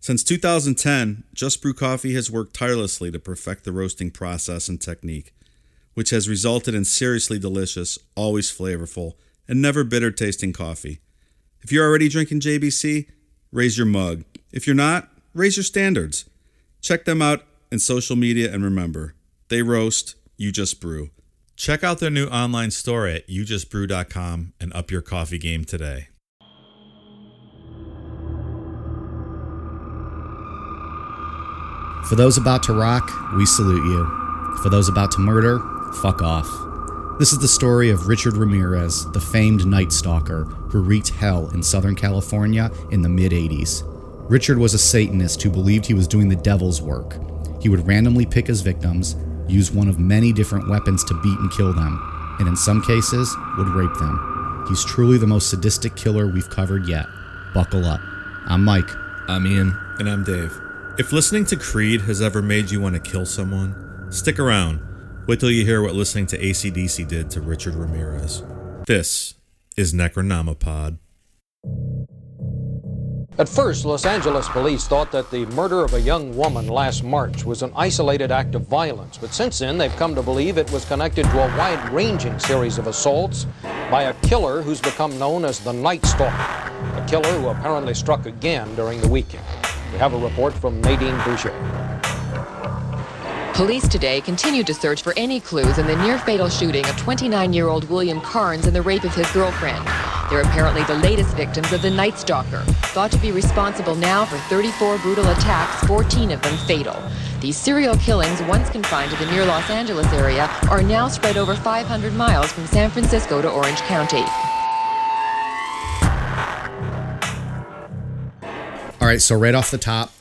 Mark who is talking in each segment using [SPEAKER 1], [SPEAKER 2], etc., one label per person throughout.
[SPEAKER 1] Since 2010, Just Brew Coffee has worked tirelessly to perfect the roasting process and technique, which has resulted in seriously delicious, always flavorful, and never bitter tasting coffee. If you're already drinking JBC, raise your mug. If you're not, raise your standards. Check them out in social media and remember, they roast, you just brew. Check out their new online store at youjustbrew.com and up your coffee game today.
[SPEAKER 2] For those about to rock, we salute you. For those about to murder, fuck off. This is the story of Richard Ramirez, the famed Night Stalker who wreaked hell in Southern California in the mid 80s. Richard was a Satanist who believed he was doing the devil's work. He would randomly pick his victims, use one of many different weapons to beat and kill them, and in some cases, would rape them. He's truly the most sadistic killer we've covered yet. Buckle up. I'm Mike.
[SPEAKER 3] I'm Ian.
[SPEAKER 1] And I'm Dave. If listening to Creed has ever made you want to kill someone, stick around. Wait till you hear what listening to ACDC did to Richard Ramirez. This is Necronomipod.
[SPEAKER 4] At first, Los Angeles police thought that the murder of a young woman last March was an isolated act of violence, but since then they've come to believe it was connected to a wide ranging series of assaults by a killer who's become known as the Night Stalker, a killer who apparently struck again during the weekend. We have a report from Nadine Boucher.
[SPEAKER 5] Police today continue to search for any clues in the near fatal shooting of 29 year old William Carnes and the rape of his girlfriend. They're apparently the latest victims of the Night Stalker, thought to be responsible now for 34 brutal attacks, 14 of them fatal. These serial killings, once confined to the near Los Angeles area, are now spread over 500 miles from San Francisco to Orange County.
[SPEAKER 2] All right, so right off the top,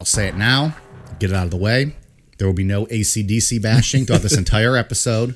[SPEAKER 2] I'll say it now, get it out of the way. There will be no ACDC bashing throughout this entire episode,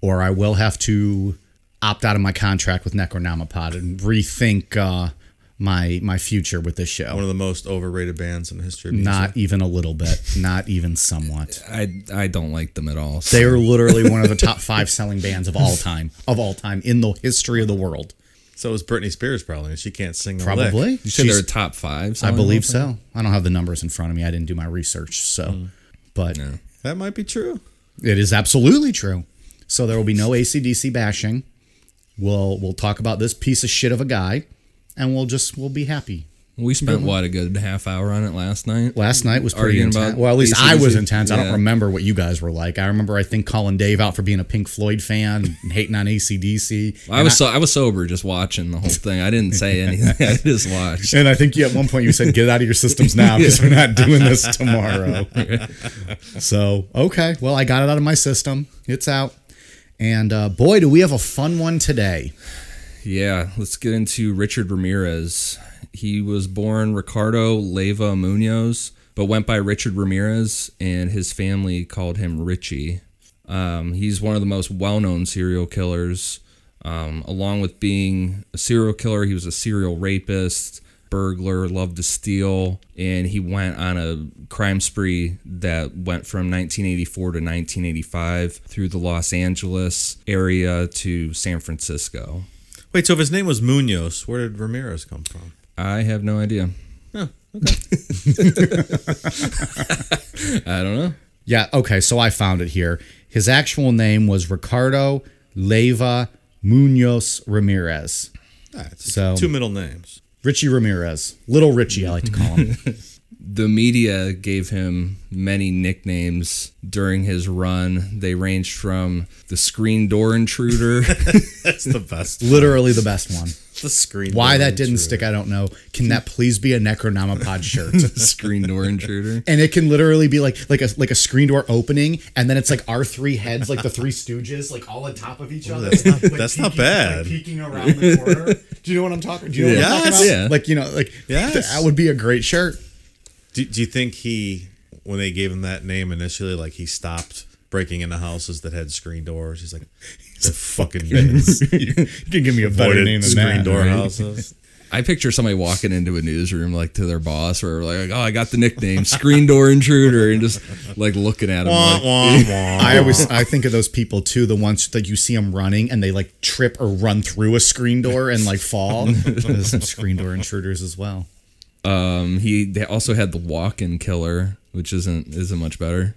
[SPEAKER 2] or I will have to opt out of my contract with Necronomipod and rethink uh, my my future with this show.
[SPEAKER 1] One of the most overrated bands in the history of music.
[SPEAKER 2] Not even a little bit, not even somewhat.
[SPEAKER 3] I I don't like them at all. so-
[SPEAKER 2] They are literally one of the top five selling bands of all time, of all time in the history of the world.
[SPEAKER 1] So is Britney Spears probably, and she can't sing a lick.
[SPEAKER 2] Probably.
[SPEAKER 3] you said they're
[SPEAKER 2] She's-
[SPEAKER 3] a top five.
[SPEAKER 2] I
[SPEAKER 3] selling
[SPEAKER 2] believe
[SPEAKER 3] album?
[SPEAKER 2] so. I don't have the numbers in front of me. I didn't do my research, so
[SPEAKER 3] Mm.
[SPEAKER 2] but
[SPEAKER 1] That might be true.
[SPEAKER 2] It is absolutely true. So there will be no ACDC bashing. We'll we'll talk about this piece of shit of a guy, and we'll just we'll be happy.
[SPEAKER 3] We spent
[SPEAKER 2] Mm-hmm.
[SPEAKER 3] what a good half hour on it last night.
[SPEAKER 2] Last night was pretty
[SPEAKER 3] Arguing
[SPEAKER 2] intense.
[SPEAKER 3] about
[SPEAKER 2] Well, at least I was
[SPEAKER 3] AC/DC.
[SPEAKER 2] intense. I don't
[SPEAKER 3] Yeah.
[SPEAKER 2] remember what you guys were like. I remember I think calling Dave out for being a Pink Floyd fan and hating on ACDC.
[SPEAKER 3] I was so I was sober just watching the whole thing. I didn't say anything. I just watched.
[SPEAKER 2] And I think you, at one point you said, "Get it out of your systems now, because we're not doing this tomorrow." so okay, well I got it out of my system. It's out, and uh, boy, do we have a fun one today.
[SPEAKER 3] Yeah, let's get into Richard Ramirez. He was born Ricardo Leyva Munoz, but went by Richard Ramirez, and his family called him Richie. Um, he's one of the most well known serial killers. Um, along with being a serial killer, he was a serial rapist, burglar, loved to steal, and he went on a crime spree that went from 1984 to 1985 through the Los Angeles area to San Francisco.
[SPEAKER 1] Wait, so if his name was Munoz, where did Ramirez come from?
[SPEAKER 3] I have no idea. I don't know.
[SPEAKER 2] Yeah, okay, so I found it here. His actual name was Ricardo Leyva Munoz Ramirez.
[SPEAKER 1] That's
[SPEAKER 2] So-
[SPEAKER 1] Ah, two middle names.
[SPEAKER 2] Richie Ramirez. Little Richie, I like to call him.
[SPEAKER 3] The media gave him many nicknames during his run. They ranged from the screen door intruder.
[SPEAKER 1] That's the best.
[SPEAKER 2] Literally the best one.
[SPEAKER 1] the screen.
[SPEAKER 2] Why that
[SPEAKER 1] door
[SPEAKER 2] didn't
[SPEAKER 1] intruder.
[SPEAKER 2] stick, I don't know. Can that please be a Necronomipod shirt?
[SPEAKER 3] screen door intruder.
[SPEAKER 2] And it can literally be like like a like a screen door opening, and then it's like our three heads, like the three Stooges, like all on top of each other.
[SPEAKER 1] that's not-
[SPEAKER 2] like
[SPEAKER 1] that's not
[SPEAKER 2] peeking- like
[SPEAKER 1] bad.
[SPEAKER 2] peeking around the corner. Do you know what I'm talking? Do you know what I'm
[SPEAKER 1] Yes.
[SPEAKER 2] talking about?
[SPEAKER 3] Yeah.
[SPEAKER 2] Like you know, like
[SPEAKER 1] Yes.
[SPEAKER 2] that would be a great shirt.
[SPEAKER 1] Do, do you think he, when they gave him that name initially, like he stopped
[SPEAKER 6] breaking into houses that had screen doors. He's like,
[SPEAKER 7] It's a
[SPEAKER 6] fucking
[SPEAKER 7] you can give me a better
[SPEAKER 6] avoided
[SPEAKER 7] name than
[SPEAKER 6] screen
[SPEAKER 7] that.
[SPEAKER 6] door
[SPEAKER 7] right?
[SPEAKER 6] houses.
[SPEAKER 3] I picture somebody walking into a newsroom like to their boss or like, oh, I got the nickname Screen Door Intruder, and just like looking at him.
[SPEAKER 6] Wah,
[SPEAKER 3] like,
[SPEAKER 6] wah, wah.
[SPEAKER 2] I always I think of those people too, the ones that you see them running and they like trip or run through a screen door and like fall. There's some screen door intruders as well.
[SPEAKER 3] um, he they also had the walk-in killer, which isn't isn't much better.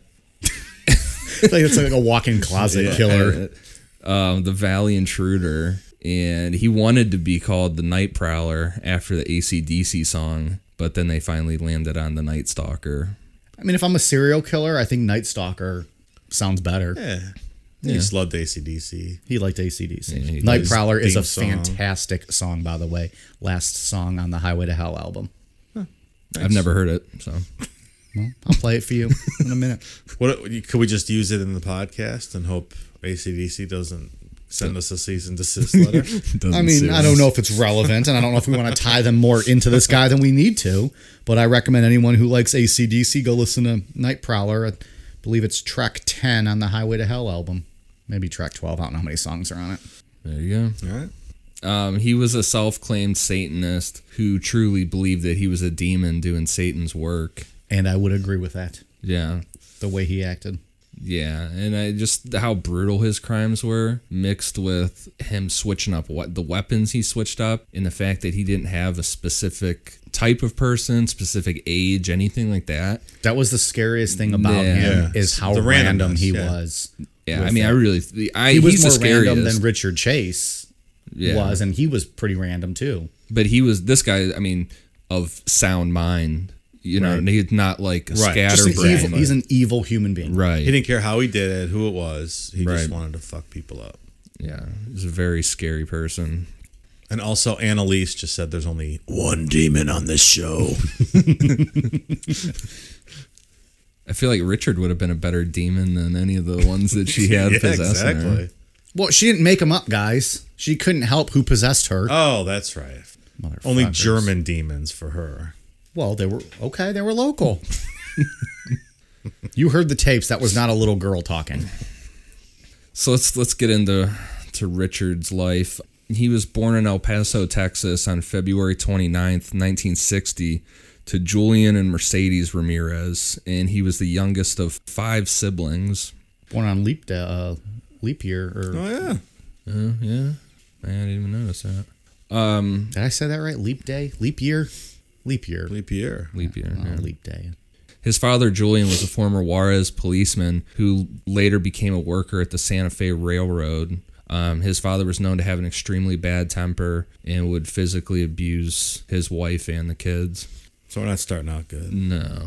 [SPEAKER 2] It's like, it's like a walk-in closet killer.
[SPEAKER 3] Um, the Valley Intruder, and he wanted to be called the Night Prowler after the ACDC song, but then they finally landed on the Night Stalker.
[SPEAKER 2] I mean, if I'm a serial killer, I think Night Stalker sounds better.
[SPEAKER 6] yeah. He just loved ACDC.
[SPEAKER 2] He liked ACDC.
[SPEAKER 3] Yeah, he
[SPEAKER 2] Night
[SPEAKER 3] does.
[SPEAKER 2] Prowler is
[SPEAKER 6] Theme
[SPEAKER 2] a
[SPEAKER 6] song.
[SPEAKER 2] fantastic song, by the way. Last song on the Highway to Hell album.
[SPEAKER 3] I've never heard it, so
[SPEAKER 2] Well, I'll play it for you in a minute.
[SPEAKER 6] What could we just use it in the podcast and hope ACDC doesn't send us a cease and desist letter?
[SPEAKER 2] I mean, I don't know if it's relevant, and I don't know if we want to tie them more into this guy than we need to. But I recommend anyone who likes ACDC go listen to Night Prowler. I believe it's track 10 on the Highway to Hell album. Maybe track 12. I don't know how many songs are on it.
[SPEAKER 3] There you go.
[SPEAKER 6] All right.
[SPEAKER 3] Um, he was a self-claimed Satanist who truly believed that he was a demon doing Satan's work.
[SPEAKER 2] And I would agree with that,
[SPEAKER 3] Yeah.
[SPEAKER 2] the way he acted.
[SPEAKER 3] Yeah, and I just how brutal his crimes were, mixed with him switching up what the weapons he switched up, and the fact that he didn't have a specific type of person, specific age, anything like that.
[SPEAKER 2] That was the scariest thing about
[SPEAKER 3] Yeah.
[SPEAKER 2] him
[SPEAKER 6] Yeah.
[SPEAKER 2] is how
[SPEAKER 6] The
[SPEAKER 2] random
[SPEAKER 6] randomness,
[SPEAKER 2] he
[SPEAKER 6] yeah.
[SPEAKER 2] was.
[SPEAKER 3] Yeah, I
[SPEAKER 2] with
[SPEAKER 3] mean,
[SPEAKER 2] it.
[SPEAKER 3] I really, the, I
[SPEAKER 2] he was
[SPEAKER 3] he's the
[SPEAKER 2] more random
[SPEAKER 3] scariest.
[SPEAKER 2] than Richard Chase
[SPEAKER 3] Yeah.
[SPEAKER 2] was, and he was pretty random too.
[SPEAKER 3] but he was this guy. I mean, of sound mind, you know, and he's not like a
[SPEAKER 6] Right.
[SPEAKER 2] Just an
[SPEAKER 3] scatterbrain.
[SPEAKER 2] evil, he's an evil human being.
[SPEAKER 3] right.
[SPEAKER 6] He didn't care how he did it, who it was. He just
[SPEAKER 3] Right.
[SPEAKER 6] wanted to fuck people up.
[SPEAKER 3] yeah, he's a very scary person.
[SPEAKER 6] And also, Annalise just said there's only one demon on this show.
[SPEAKER 3] I feel like Richard would have been a better demon than any of the ones that she had possessing her.
[SPEAKER 2] Well, she didn't make him up, guys. She couldn't help who possessed her.
[SPEAKER 6] Oh, that's right. Only
[SPEAKER 2] Motherfuckers.
[SPEAKER 6] German demons for her.
[SPEAKER 2] Well, they were okay. They were local. you heard the tapes. That was not a little girl talking.
[SPEAKER 3] So let's let's get into to Richard's life. He was born in El Paso, Texas on February 29th, 1960 to Julian and Mercedes Ramirez, and he was the youngest of five siblings.
[SPEAKER 2] Born on leap da uh, leap year. Or
[SPEAKER 6] yeah.
[SPEAKER 3] Oh, yeah. I didn't even notice that. Um,
[SPEAKER 2] did I say that right? Leap day, leap year, leap year,
[SPEAKER 6] Leap year.
[SPEAKER 3] Leap year.
[SPEAKER 2] Uh,
[SPEAKER 3] yeah.
[SPEAKER 2] leap day.
[SPEAKER 3] His father, Julian, was a former Juarez policeman who later became a worker at the Santa Fe Railroad. Um, his father was known to have an extremely bad temper and would physically abuse his wife and the kids.
[SPEAKER 6] So we're not starting out good.
[SPEAKER 2] Mm.
[SPEAKER 3] No.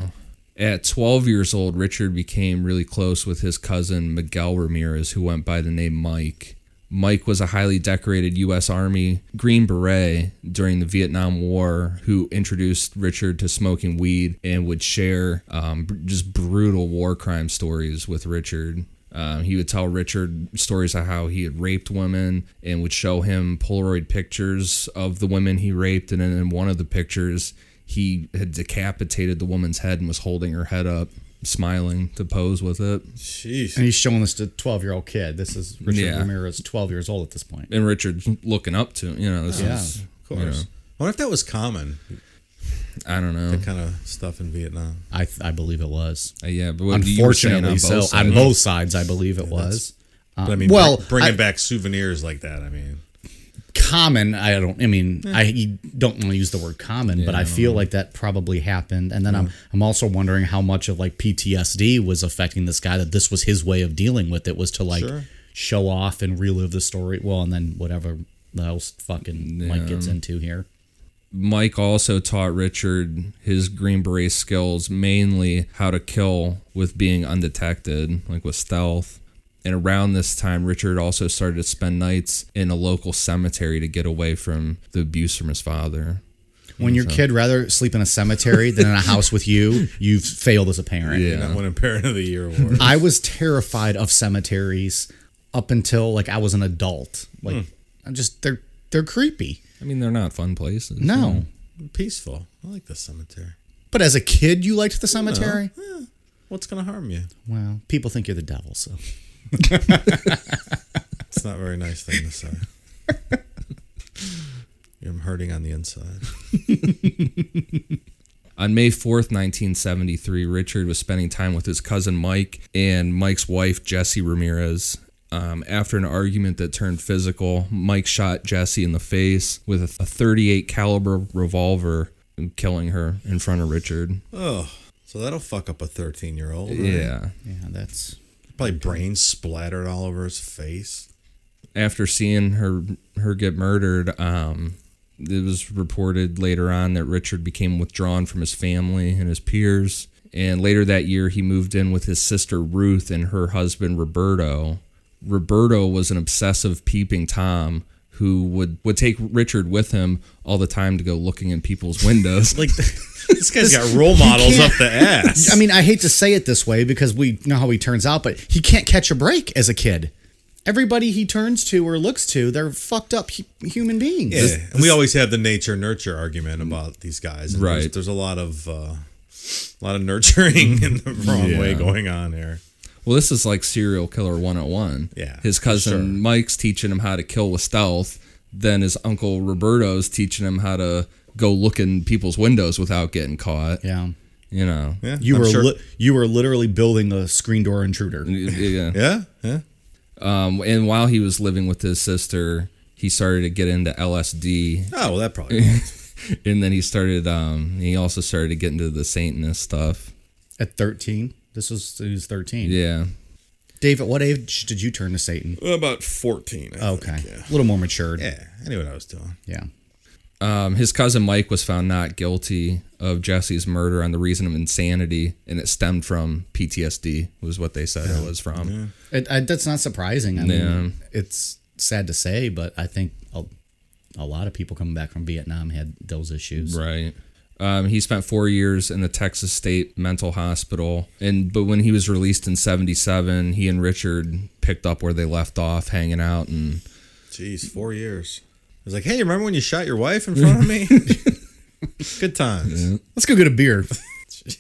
[SPEAKER 3] At 12 years old, Richard became really close with his cousin Miguel Ramirez, who went by the name Mike. Mike was a highly decorated U.S. Army Green Beret during the Vietnam War, who introduced Richard to smoking weed and would share um, br- just brutal war crime stories with Richard. Um, he would tell Richard stories of how he had raped women and would show him Polaroid pictures of the women he raped. And then in one of the pictures, he had decapitated the woman's head and was holding her head up, smiling to pose with it.
[SPEAKER 6] Jeez.
[SPEAKER 2] And he's showing this to twelve year old kid. This is Richard
[SPEAKER 3] Yeah.
[SPEAKER 2] Ramirez, twelve years old at this point.
[SPEAKER 3] And Richard's looking up to, him, you know, this
[SPEAKER 2] Yeah,
[SPEAKER 3] is,
[SPEAKER 6] Of course. I wonder if that was common,
[SPEAKER 3] I don't know.
[SPEAKER 6] that kind of stuff in Vietnam.
[SPEAKER 2] I th- I believe it was.
[SPEAKER 3] Uh, yeah, but what you were saying
[SPEAKER 2] Unfortunately, so
[SPEAKER 3] both
[SPEAKER 2] on
[SPEAKER 3] sides.
[SPEAKER 2] both sides, I believe it was.
[SPEAKER 6] But I mean,
[SPEAKER 2] Uh, well,
[SPEAKER 6] bring- bringing
[SPEAKER 2] I-
[SPEAKER 6] back souvenirs like that. I mean,
[SPEAKER 2] common i don't i mean i you don't want to use the word common but i feel like that probably happened and then i'm i'm also wondering how much of like ptsd was affecting this guy that this was his way of dealing with it was to like
[SPEAKER 6] Sure.
[SPEAKER 2] show off and relive the story well and then whatever else fucking mike gets into here
[SPEAKER 3] Mike also taught Richard his Green Beret skills, mainly how to kill with being undetected, like with stealth. And around this time, Richard also started to spend nights in a local cemetery to get away from the abuse from his father.
[SPEAKER 2] when your kid rather sleep in a cemetery than in a house with you you've failed as a parent
[SPEAKER 6] you know, winning Parent of the Year award.
[SPEAKER 2] I was terrified of cemeteries up until like I was an adult. Like I'm just they're they're creepy.
[SPEAKER 3] I mean, they're not fun places.
[SPEAKER 2] No.
[SPEAKER 6] Peaceful. I like the cemetery.
[SPEAKER 2] But as a kid you liked the cemetery?
[SPEAKER 1] What's going to harm you?
[SPEAKER 2] Well, people think you're the devil, so
[SPEAKER 1] It's not a very nice thing to say. I'm hurting on the inside.
[SPEAKER 3] On May 4th, 1973, Richard was spending time with his cousin Mike and Mike's wife, Jessie Ramirez. Um, after an argument that turned physical, Mike shot Jessie in the face with a 38 caliber revolver, killing her in front of Richard.
[SPEAKER 1] Oh, so that'll fuck up a 13 year old.
[SPEAKER 3] Yeah.
[SPEAKER 2] yeah, that's
[SPEAKER 1] Probably brains splattered all over his face.
[SPEAKER 3] after seeing her her get murdered, um, it was reported later on that Richard became withdrawn from his family and his peers. And later that year, he moved in with his sister Ruth and her husband Roberto. Roberto was an obsessive peeping tom who would would take Richard with him all the time to go looking in people's windows.
[SPEAKER 1] Like, this guy's got role models up the ass.
[SPEAKER 2] I mean, I hate to say it this way because we know how he turns out, but he can't catch a break as a kid. Everybody he turns to or looks to, they're fucked up hu- human beings.
[SPEAKER 1] Yeah, and we always have the nature nurture argument about these guys. and
[SPEAKER 3] Right.
[SPEAKER 1] There's, there's a lot of uh, a lot of
[SPEAKER 2] Mm-hmm.
[SPEAKER 1] nurturing in the wrong way going on here.
[SPEAKER 3] Well, this is like serial killer 101.
[SPEAKER 1] Yeah,
[SPEAKER 3] His cousin
[SPEAKER 1] sure.
[SPEAKER 3] Mike's teaching him how to kill with stealth. Then his uncle Roberto's teaching him how to go look in people's windows without getting caught.
[SPEAKER 2] Yeah.
[SPEAKER 3] You know.
[SPEAKER 1] Yeah,
[SPEAKER 2] You
[SPEAKER 1] I'm
[SPEAKER 2] were
[SPEAKER 1] sure-
[SPEAKER 2] li- you were literally building a screen door intruder.
[SPEAKER 3] Yeah.
[SPEAKER 1] yeah, yeah.
[SPEAKER 3] Um, and while he was living with his sister, he started to get into LSD.
[SPEAKER 1] Oh, well, that probably. helped.
[SPEAKER 3] And then he started, um, he also started to get into the Satanist stuff.
[SPEAKER 2] At 13, this was he was 13.
[SPEAKER 3] Yeah.
[SPEAKER 2] Dave, at what age did you turn to Satan?
[SPEAKER 1] About fourteen. I
[SPEAKER 2] Okay,
[SPEAKER 1] think, yeah.
[SPEAKER 2] a little more matured.
[SPEAKER 1] Yeah, I knew what I was doing.
[SPEAKER 2] yeah.
[SPEAKER 3] Um, his cousin Mike was found not guilty of Jesse's murder on the reason of insanity, and it stemmed from PTSD, was what they said it was from.
[SPEAKER 2] It, I, that's not surprising. I
[SPEAKER 3] Yeah.
[SPEAKER 2] mean, it's sad to say, but I think a, a lot of people coming back from Vietnam had those issues.
[SPEAKER 3] Right. Um, he spent four years in the Texas State Mental Hospital, and but when he was released in '77, he and Richard picked up where they left off, hanging out, and
[SPEAKER 1] Jeez,
[SPEAKER 2] Mm.
[SPEAKER 1] four years. I was like, hey, remember when you shot your wife in front of me? Good times.
[SPEAKER 2] Let's go get a beer.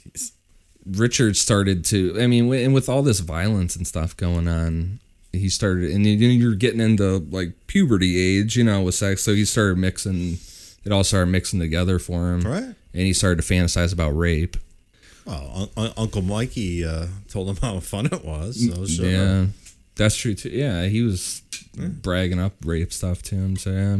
[SPEAKER 3] Richard started to. I mean, wi- and with all this violence and stuff going on, he started, and then you're getting into like puberty age, you know, with sex. So he started mixing. It all started mixing together for him,
[SPEAKER 1] Right.
[SPEAKER 3] And he started to fantasize about rape.
[SPEAKER 1] Well, un- un- Uncle Mikey uh, told him how fun it was. So
[SPEAKER 2] Mm,
[SPEAKER 1] sure.
[SPEAKER 3] Yeah, that's true too. Yeah, he was bragging up rape stuff to him. So yeah,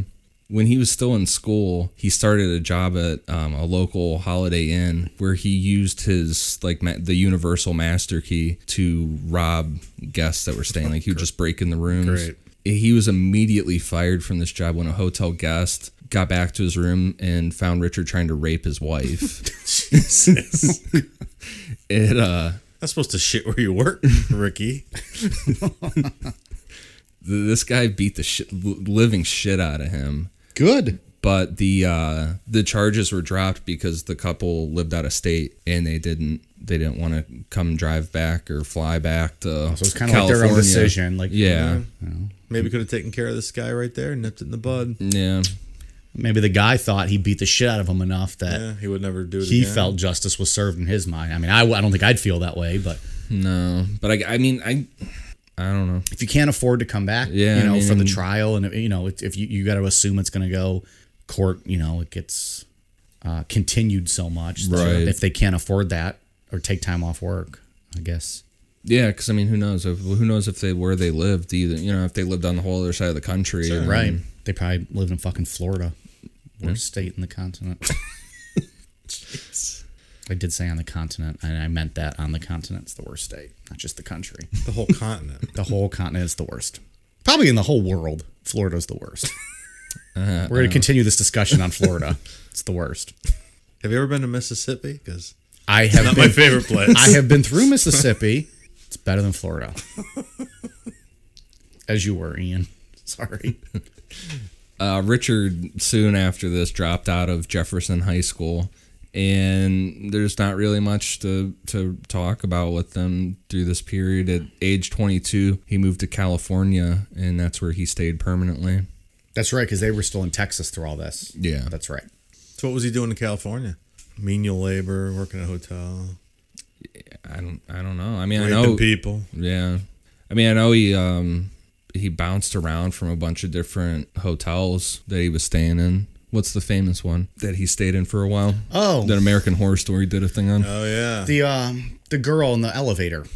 [SPEAKER 3] when he was still in school, he started a job at um, a local Holiday Inn where he used his like ma- the universal master key to rob guests that were staying. Like he would just break in the rooms.
[SPEAKER 1] Great.
[SPEAKER 3] He was immediately fired from this job when a hotel guest got back to his room and found Richard trying to rape his wife. it uh
[SPEAKER 1] Not supposed to shit where you work, Ricky.
[SPEAKER 3] th- this guy beat the shit, li- living shit out of him.
[SPEAKER 2] Good.
[SPEAKER 3] But the uh, the charges were dropped because the couple lived out of state and they didn't they didn't want to come drive back or fly back to.
[SPEAKER 2] So it's kind of like their own
[SPEAKER 3] California.
[SPEAKER 2] decision. Like,
[SPEAKER 3] Yeah,
[SPEAKER 1] Maybe could have taken care of this guy right there, nipped it in the bud.
[SPEAKER 2] Mm.
[SPEAKER 3] yeah,
[SPEAKER 2] maybe the guy thought he beat the shit out of him enough that
[SPEAKER 1] Yeah, he would never do it
[SPEAKER 2] he
[SPEAKER 1] again.
[SPEAKER 2] felt justice was served in his mind. I mean, I, w- I don't think I'd feel that way, but
[SPEAKER 3] no. But I, I mean I I don't know.
[SPEAKER 2] if you can't afford to come back,
[SPEAKER 3] Yeah,
[SPEAKER 2] you know,
[SPEAKER 3] I
[SPEAKER 2] for the
[SPEAKER 3] mean-
[SPEAKER 2] trial, and you know, if if you you got to assume it's going to go court, you know, it gets uh, continued so much. that
[SPEAKER 3] Right.
[SPEAKER 2] If they can't afford that or take time off work, I guess.
[SPEAKER 3] Yeah, because I mean who knows if who knows if they where they lived either you know if they lived on the whole other side of the country I mean,
[SPEAKER 2] Right. They probably lived in fucking Florida,
[SPEAKER 1] Hmm.
[SPEAKER 2] worst state in the continent. I did say on the continent, and I meant that on the continent. It's the worst state, not just the country.
[SPEAKER 1] the whole continent.
[SPEAKER 2] The whole continent is the worst. Probably in the whole world, Florida's the worst. We're
[SPEAKER 1] Uh,
[SPEAKER 2] going to continue this discussion on Florida. it's the worst.
[SPEAKER 1] Have you ever been to Mississippi? Because
[SPEAKER 2] I have
[SPEAKER 1] not
[SPEAKER 2] been,
[SPEAKER 1] my favorite place.
[SPEAKER 2] I have been through Mississippi. It's better than Florida. As you were, Ian. Sorry.
[SPEAKER 3] uh, Richard soon after this dropped out of Jefferson High School, and there's not really much to to talk about with them through this period. At age 22, he moved to California, and that's where he stayed permanently.
[SPEAKER 2] That's right, because they were still in Texas through all this.
[SPEAKER 3] Yeah.
[SPEAKER 2] That's right.
[SPEAKER 1] so what was he doing in California? Menial labor, working at a hotel.
[SPEAKER 3] I don't. I don't know. I mean, I
[SPEAKER 1] Raping
[SPEAKER 3] know.
[SPEAKER 1] people.
[SPEAKER 3] Yeah. I mean, I know he um he bounced around from a bunch of different hotels that he was staying in. What's the famous one that he stayed in for a while?
[SPEAKER 2] Oh.
[SPEAKER 3] that American Horror Story did a thing on.
[SPEAKER 1] Oh yeah.
[SPEAKER 2] The um the girl in the elevator.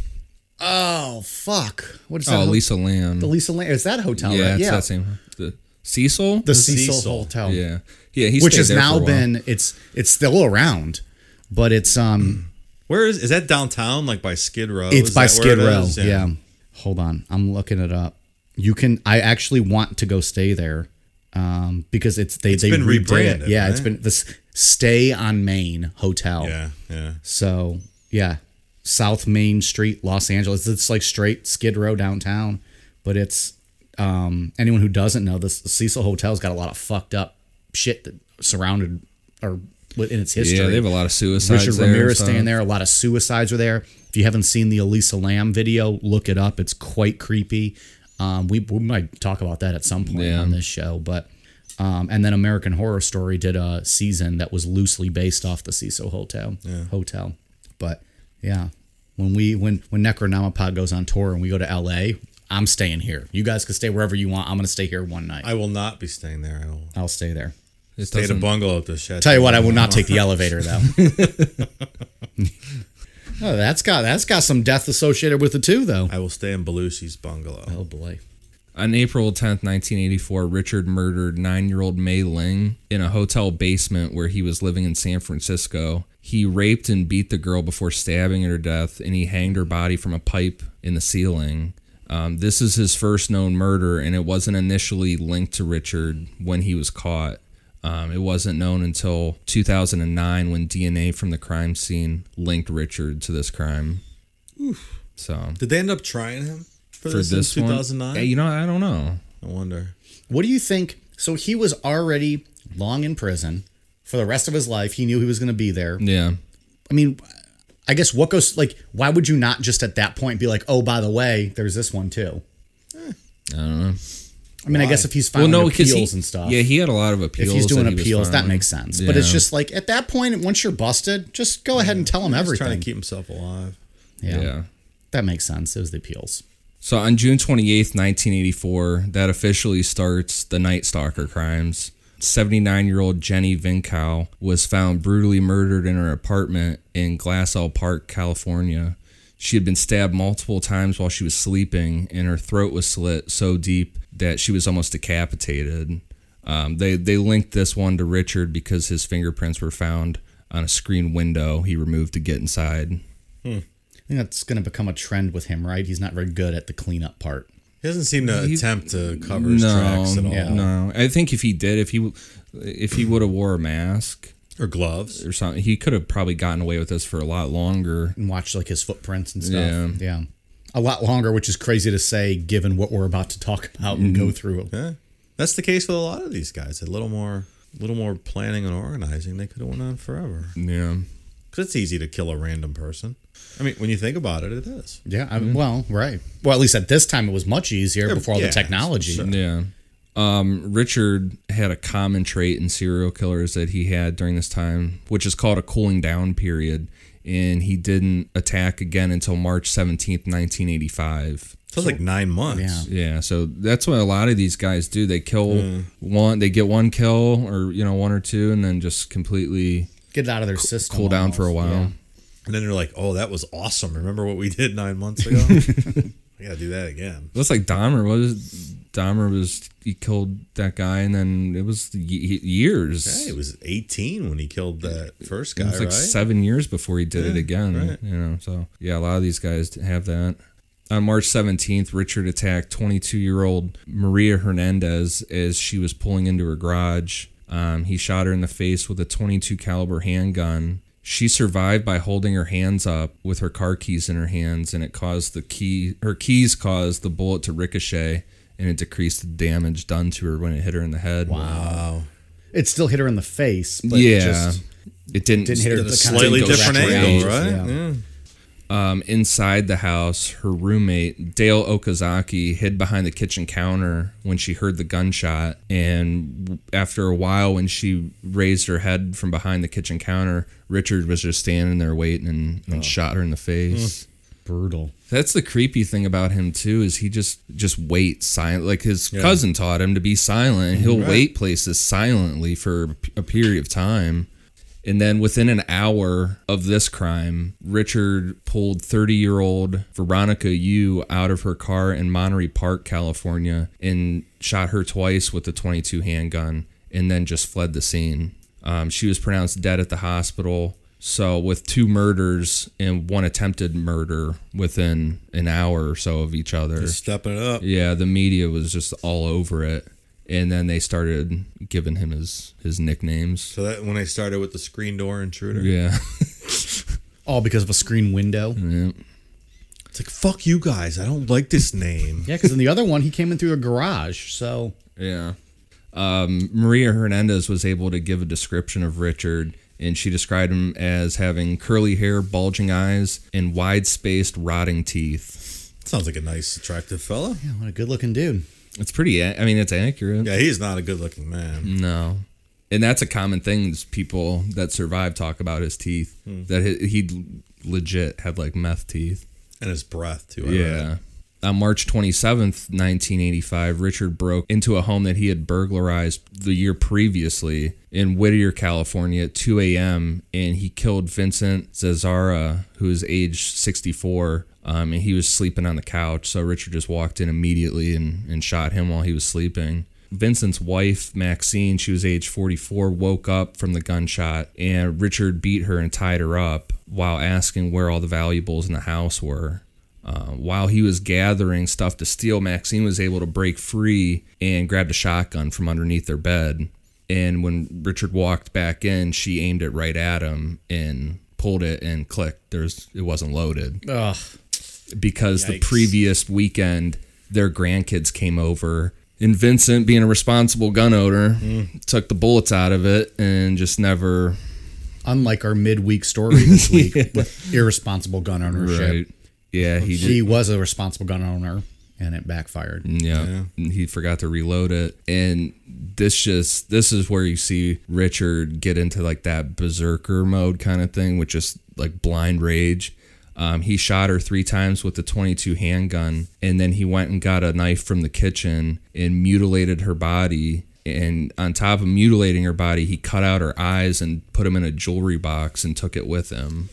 [SPEAKER 2] Oh fuck! What is that?
[SPEAKER 3] oh,
[SPEAKER 2] ho-
[SPEAKER 3] Lisa Lamb.
[SPEAKER 2] The Lisa Lam- Is that hotel?
[SPEAKER 3] yeah,
[SPEAKER 2] right?
[SPEAKER 3] it's
[SPEAKER 2] yeah.
[SPEAKER 3] that same. The Cecil.
[SPEAKER 2] the Cecil,
[SPEAKER 1] Cecil.
[SPEAKER 2] Hotel.
[SPEAKER 3] yeah, yeah. He
[SPEAKER 2] which
[SPEAKER 3] stayed
[SPEAKER 2] has
[SPEAKER 3] there for a
[SPEAKER 2] now
[SPEAKER 3] while.
[SPEAKER 2] been it's it's still around, but it's
[SPEAKER 3] Mm.
[SPEAKER 2] um
[SPEAKER 1] Where is is that downtown? Like by Skid Row?
[SPEAKER 2] it's
[SPEAKER 1] Is
[SPEAKER 2] by
[SPEAKER 1] that where
[SPEAKER 2] Skid
[SPEAKER 1] it
[SPEAKER 2] Row.
[SPEAKER 1] is?
[SPEAKER 2] Yeah. Hold on, I'm looking it up. You can. I actually want to go stay there um, because it's they they
[SPEAKER 1] been
[SPEAKER 2] redid it.
[SPEAKER 1] rebranded,
[SPEAKER 2] Yeah, it's
[SPEAKER 1] right?
[SPEAKER 2] been this Stay on Main Hotel.
[SPEAKER 1] Yeah. Yeah.
[SPEAKER 2] So yeah, South Main Street, Los Angeles. It's like straight Skid Row downtown, but it's um, anyone who doesn't know this Cecil Hotel's got a lot of fucked up shit that surrounded or in its history.
[SPEAKER 3] Yeah, they have a lot of suicides.
[SPEAKER 2] Richard
[SPEAKER 3] there and
[SPEAKER 2] Ramirez
[SPEAKER 3] stuff.
[SPEAKER 2] staying there. A lot of suicides were there. If you haven't seen the Elisa Lamb video, look it up. It's quite creepy. Um, we, we might talk about that at some point
[SPEAKER 3] Yeah.
[SPEAKER 2] on this show, but um, and then American Horror Story did a season that was loosely based off the Cecil Hotel. Hotel, but yeah, when we when when Necronomipod goes on tour and we go to L.A., I'm staying here. You guys can stay wherever you want. I'm gonna stay here one night.
[SPEAKER 1] I will not be staying there. I will
[SPEAKER 2] I'll stay there.
[SPEAKER 3] It
[SPEAKER 1] stay at a
[SPEAKER 3] doesn't-
[SPEAKER 1] bungalow at the shed.
[SPEAKER 2] Tell you what, I will not take the elevator though. oh, that's got that's got some death associated with it too, though.
[SPEAKER 1] I will stay in Belushi's bungalow.
[SPEAKER 2] Oh boy.
[SPEAKER 3] On April 10th, 1984, Richard murdered nine year old Mei Ling in a hotel basement where he was living in San Francisco. He raped and beat the girl before stabbing her to death, and he hanged her body from a pipe in the ceiling. Um, this is his first known murder, and it wasn't initially linked to Richard when he was caught. Um, it wasn't known until 2009 when DNA from the crime scene linked Richard to this crime. So,
[SPEAKER 1] Did they end up trying him for,
[SPEAKER 3] for
[SPEAKER 1] this,
[SPEAKER 3] this
[SPEAKER 1] in
[SPEAKER 3] one,
[SPEAKER 1] 2009?
[SPEAKER 3] Yeah, you know, I don't know.
[SPEAKER 1] I wonder.
[SPEAKER 2] What do you think? So he was already long in prison for the rest of his life. He knew he was going to be there.
[SPEAKER 3] Yeah.
[SPEAKER 2] I mean, I guess what goes like? Why would you not just at that point be like, oh, by the way, there's this one too?
[SPEAKER 3] Eh. I don't know.
[SPEAKER 2] I mean, I guess if he's filing
[SPEAKER 3] because
[SPEAKER 2] appeals and stuff,
[SPEAKER 3] Yeah, he had a lot of appeals.
[SPEAKER 2] if he's doing
[SPEAKER 3] that he was
[SPEAKER 2] appeals, that
[SPEAKER 3] filing.
[SPEAKER 2] makes sense. But it's
[SPEAKER 3] Yeah.
[SPEAKER 2] just like at that point, once you're busted, just go ahead and tell him
[SPEAKER 1] He's
[SPEAKER 2] everything.
[SPEAKER 1] trying to keep himself alive.
[SPEAKER 3] yeah.
[SPEAKER 2] That makes sense. It was the appeals.
[SPEAKER 3] So on June twenty eighth, nineteen eighty four, that officially starts the Night Stalker crimes. Seventy nine year old Jenny Vincow was found brutally murdered in her apartment in Glassell Park, California. She had been stabbed multiple times while she was sleeping, and her throat was slit so deep that she was almost decapitated. Um, they they linked this one to Richard because his fingerprints were found on a screen window he removed to get inside.
[SPEAKER 2] I think that's going to become a trend with him, right? He's not very good at the cleanup part.
[SPEAKER 1] He doesn't seem to attempt to cover his tracks at all,
[SPEAKER 2] yeah.
[SPEAKER 3] No, I think if he did, if he if he would have wore a mask
[SPEAKER 1] or gloves.
[SPEAKER 3] or something, he could have probably gotten away with this for a lot longer.
[SPEAKER 2] And watch like his footprints and stuff. Yeah. A lot longer, which is crazy to say given what we're about to talk about and
[SPEAKER 3] Mm-hmm.
[SPEAKER 2] go through.
[SPEAKER 1] Yeah. That's the case with a lot of these guys. A little more, little more planning and organizing. They could have went on forever.
[SPEAKER 3] Yeah,
[SPEAKER 1] Because it's easy to kill a random person. I mean, when you think about it, it is.
[SPEAKER 2] Yeah. I,
[SPEAKER 3] Mm-hmm.
[SPEAKER 2] Well, right. Well, at least at this time it was much easier before all
[SPEAKER 1] yeah,
[SPEAKER 2] the technology.
[SPEAKER 1] sure.
[SPEAKER 3] yeah. Um, Richard had a common trait in serial killers that he had during this time, which is called a cooling down period, and he didn't attack again until March seventeenth, nineteen eighty five.
[SPEAKER 1] So it's like nine months.
[SPEAKER 2] Yeah.
[SPEAKER 3] Yeah, so that's what a lot of these guys do. They kill one, they get one kill or you know one or two, and then just completely
[SPEAKER 2] Get it out of their system.
[SPEAKER 3] cool down for a
[SPEAKER 2] almost.
[SPEAKER 3] while.
[SPEAKER 2] Yeah.
[SPEAKER 1] And then they're like, "Oh, that was awesome! Remember what we did nine months ago? I gotta do that again."
[SPEAKER 3] That's like Dahmer was. Dahmer was he killed that guy, and then it was y- y- years.
[SPEAKER 1] Hey, it was 18 when he killed that first guy,
[SPEAKER 3] it was like
[SPEAKER 1] right?
[SPEAKER 3] seven years before he did it again. You know, so yeah, a lot of these guys have that. On March 17th, Richard attacked 22 year old Maria Hernandez as she was pulling into her garage. Um, he shot her in the face with a 22 caliber handgun. She survived by holding her hands up with her car keys in her hands, and it caused the key. Her keys caused the bullet to ricochet, and it decreased the damage done to her when it hit her in the head. Wow.
[SPEAKER 2] It still hit her in the face, but
[SPEAKER 3] yeah.
[SPEAKER 2] just
[SPEAKER 3] it didn't,
[SPEAKER 2] didn't hit her
[SPEAKER 1] At
[SPEAKER 2] the
[SPEAKER 1] a
[SPEAKER 2] kind of
[SPEAKER 1] slightly
[SPEAKER 2] goes
[SPEAKER 1] different
[SPEAKER 2] back
[SPEAKER 1] angle,
[SPEAKER 2] range.
[SPEAKER 1] right?
[SPEAKER 2] Yeah.
[SPEAKER 1] Yeah.
[SPEAKER 3] um, inside the house, her roommate, Dale Okazaki, hid behind the kitchen counter when she heard the gunshot. And after a while, when she raised her head from behind the kitchen counter, Richard was just standing there waiting and, and shot her in the face.
[SPEAKER 2] Brutal.
[SPEAKER 3] That's the creepy thing about him too is he just just waits silent. Like his cousin taught him to be silent. He'll wait places silently for a period of time. And then within an hour of this crime, Richard pulled 30 year old Veronica Yu out of her car in Monterey Park, California, and shot her twice with a 22 handgun and then just fled the scene. Um, she was pronounced dead at the hospital. So, with two murders and one attempted murder within an hour or so of each other.
[SPEAKER 1] Stepping it up.
[SPEAKER 3] Yeah, the media was just all over it. And then they started giving him his, his nicknames.
[SPEAKER 1] So that when I started with the screen door intruder.
[SPEAKER 3] Yeah.
[SPEAKER 2] All because of a screen window.
[SPEAKER 3] Mm.
[SPEAKER 1] It's like fuck you guys. I don't like this name.
[SPEAKER 2] Yeah, because in the other one, he came in through a garage. So
[SPEAKER 3] Yeah. Um, Maria Hernandez was able to give a description of Richard, and she described him as having curly hair, bulging eyes, and wide spaced, rotting teeth.
[SPEAKER 1] Sounds like a nice, attractive fella.
[SPEAKER 2] yeah, what a good looking dude.
[SPEAKER 3] It's pretty, a- I mean, it's accurate.
[SPEAKER 1] Yeah, he's not a good-looking man.
[SPEAKER 3] No. And that's a common thing is people that survive talk about his teeth, that he, he legit had like meth teeth.
[SPEAKER 1] And his breath too. I read.
[SPEAKER 3] Yeah. On March 27th, 1985, Richard broke into a home that he had burglarized the year previously in Whittier, California at 2 a.m. And he killed Vincent Zazara, who is age 64. Um, and he was sleeping on the couch. So Richard just walked in immediately and, and shot him while he was sleeping. Vincent's wife, Maxine, she was age 44, woke up from the gunshot, and Richard beat her and tied her up while asking where all the valuables in the house were. Uh, while he was gathering stuff to steal, Maxine was able to break free and grabbed a shotgun from underneath their bed. And when Richard walked back in, she aimed it right at him and pulled it and clicked. There's it wasn't loaded
[SPEAKER 2] Ugh.
[SPEAKER 3] because the previous weekend their grandkids came over and Vincent being a responsible gun owner took the bullets out of it and just never
[SPEAKER 2] Unlike our midweek story this week with irresponsible gun ownership,
[SPEAKER 3] right yeah he
[SPEAKER 2] he was a responsible gun owner and it backfired.
[SPEAKER 3] Yeah. He forgot to reload it. And this just this is where you see Richard get into like that berserker mode kind of thing, which is like blind rage. Um, he shot her three times with the 22 handgun, and then he went and got a knife from the kitchen and mutilated her body. And on top of mutilating her body, he cut out her eyes and put them in a jewelry box and took it with him.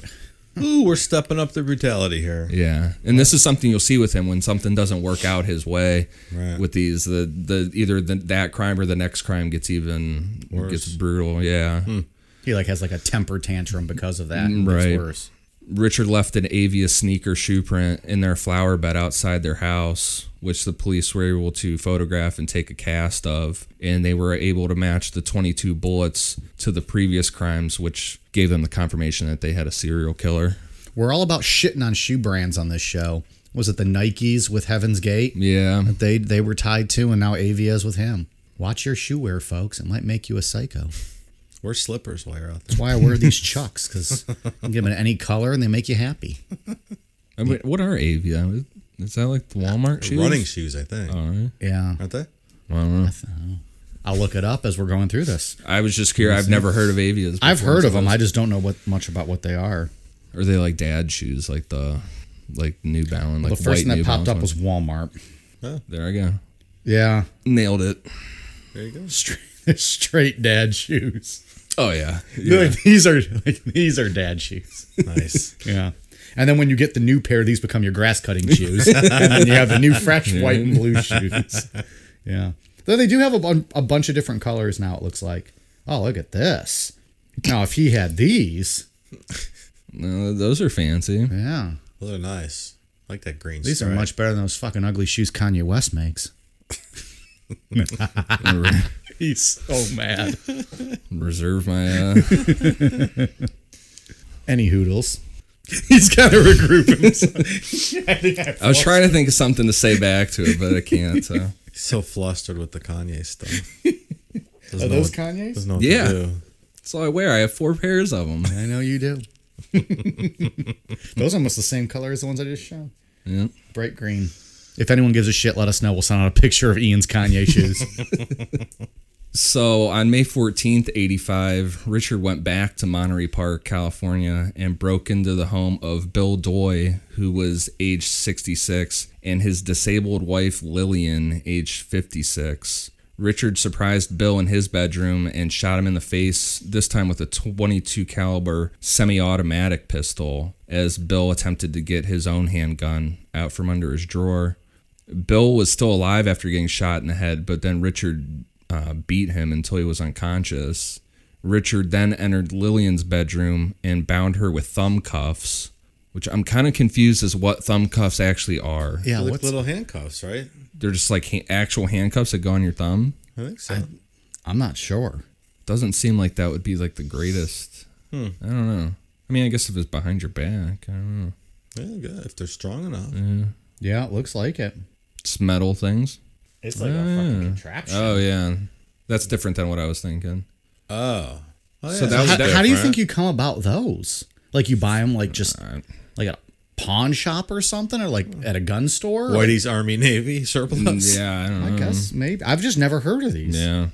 [SPEAKER 1] Ooh, we're stepping up the brutality here.
[SPEAKER 3] Yeah, and this is something you'll see with him when something doesn't work out his way.
[SPEAKER 1] Right.
[SPEAKER 3] With these, the the either the, that crime or the next crime gets even gets brutal. Yeah.
[SPEAKER 1] Hmm.
[SPEAKER 2] He like has like a temper tantrum because of that. and
[SPEAKER 3] Mm, Right.
[SPEAKER 2] It's worse.
[SPEAKER 3] Richard left an Avia sneaker shoe print in their flower bed outside their house, which the police were able to photograph and take a cast of, and they were able to match the 22 bullets to the previous crimes, which gave them the confirmation that they had a serial killer.
[SPEAKER 2] We're all about shitting on shoe brands on this show. Was it the Nikes with Heaven's Gate?
[SPEAKER 3] Yeah.
[SPEAKER 2] They they were tied to, and now Avia's with him. Watch your shoe wear, folks. It might make you a psycho. That's
[SPEAKER 1] Wear slippers while you're out there.
[SPEAKER 2] why I wear these chucks because you can give them any color and they make you happy.
[SPEAKER 3] I mean, what are Avia? Is that like the Walmart shoes?
[SPEAKER 1] Running shoes, I think.
[SPEAKER 2] Yeah,
[SPEAKER 1] Aren't they?
[SPEAKER 3] I don't know.
[SPEAKER 2] I'll look it up as we're going through this.
[SPEAKER 3] I was just curious. I've never heard of avias.
[SPEAKER 2] I've
[SPEAKER 3] before,
[SPEAKER 2] heard
[SPEAKER 3] so
[SPEAKER 2] of them.
[SPEAKER 3] I
[SPEAKER 2] I just don't know what much about what they are.
[SPEAKER 3] was- are they like dad shoes, like the like New Balance? Like
[SPEAKER 2] The first
[SPEAKER 3] white
[SPEAKER 2] thing that
[SPEAKER 3] New
[SPEAKER 2] popped up was
[SPEAKER 3] Balance ones?
[SPEAKER 2] Walmart.
[SPEAKER 3] there. I go.
[SPEAKER 2] Yeah,
[SPEAKER 3] Nailed it.
[SPEAKER 1] There you go.
[SPEAKER 2] straight, straight dad shoes.
[SPEAKER 3] Oh yeah.
[SPEAKER 2] Like, these are like these are dad shoes.
[SPEAKER 1] Nice.
[SPEAKER 2] Yeah. And then when you get the new pair, these become your grass cutting shoes. and then you have the new fresh white and blue shoes. Yeah. Though they do have a, bun- a bunch of different colors now, it looks like. Oh, look at this. Now, if he had these,
[SPEAKER 3] No, those are fancy.
[SPEAKER 2] yeah.
[SPEAKER 1] Those are nice. I like that green.
[SPEAKER 2] These are
[SPEAKER 1] stripe.
[SPEAKER 2] much better than those fucking ugly shoes Kanye West makes. He's so mad.
[SPEAKER 3] Reserve my. Uh,
[SPEAKER 2] Any hoodles. He's got to regroup himself.
[SPEAKER 3] I was trying to think of something to say back to it, but I can't. So.
[SPEAKER 1] So flustered with the Kanye stuff.
[SPEAKER 2] Are those
[SPEAKER 1] Kanye?
[SPEAKER 2] Kanye's?
[SPEAKER 1] Doesn't know what
[SPEAKER 3] Yeah.
[SPEAKER 1] to do.
[SPEAKER 3] That's all I wear. I have four pairs of them.
[SPEAKER 2] I know you do. Those are almost the same color as the ones I just showed.
[SPEAKER 3] Yeah.
[SPEAKER 2] Bright green. If anyone gives a shit, let us know. We'll send out a picture of Ian's Kanye shoes.
[SPEAKER 3] So on May 14th, 85, Richard went back to Monterey Park, California, and broke into the home of Bill Doy, who was age 66, and his disabled wife Lillian, age 56. Richard surprised Bill in his bedroom and shot him in the face, this time with a 22 caliber semi-automatic pistol, as Bill attempted to get his own handgun out from under his drawer. Bill was still alive after getting shot in the head, but then Richard uh, beat him until he was unconscious. Richard then entered Lillian's bedroom and bound her with thumb cuffs, which I'm kind of confused as what thumb cuffs actually are.
[SPEAKER 2] yeah,
[SPEAKER 1] Like
[SPEAKER 2] what's,
[SPEAKER 1] little handcuffs, right?
[SPEAKER 3] They're just like ha- actual handcuffs that go on your thumb.
[SPEAKER 1] I think so.
[SPEAKER 2] I'm not sure.
[SPEAKER 3] Doesn't seem like that would be like the greatest.
[SPEAKER 2] Hmm.
[SPEAKER 3] I don't know. I mean, I guess if it's behind your back, I don't know.
[SPEAKER 1] yeah, good. If they're strong enough.
[SPEAKER 2] Yeah, it looks like it.
[SPEAKER 3] It's metal things.
[SPEAKER 2] It's like a fucking contraption.
[SPEAKER 3] Oh yeah, that's different than what I was thinking.
[SPEAKER 1] Oh. oh
[SPEAKER 3] So
[SPEAKER 1] yeah.
[SPEAKER 3] that was-
[SPEAKER 2] how,
[SPEAKER 3] that-
[SPEAKER 2] how do you
[SPEAKER 1] different.
[SPEAKER 2] think you come about those? Like you buy them like just like at a pawn shop or something, or like at a gun store.
[SPEAKER 1] Whitey's Army Navy surplus.
[SPEAKER 3] Yeah, I don't know.
[SPEAKER 2] I guess maybe I've just never heard of these.
[SPEAKER 3] Yeah.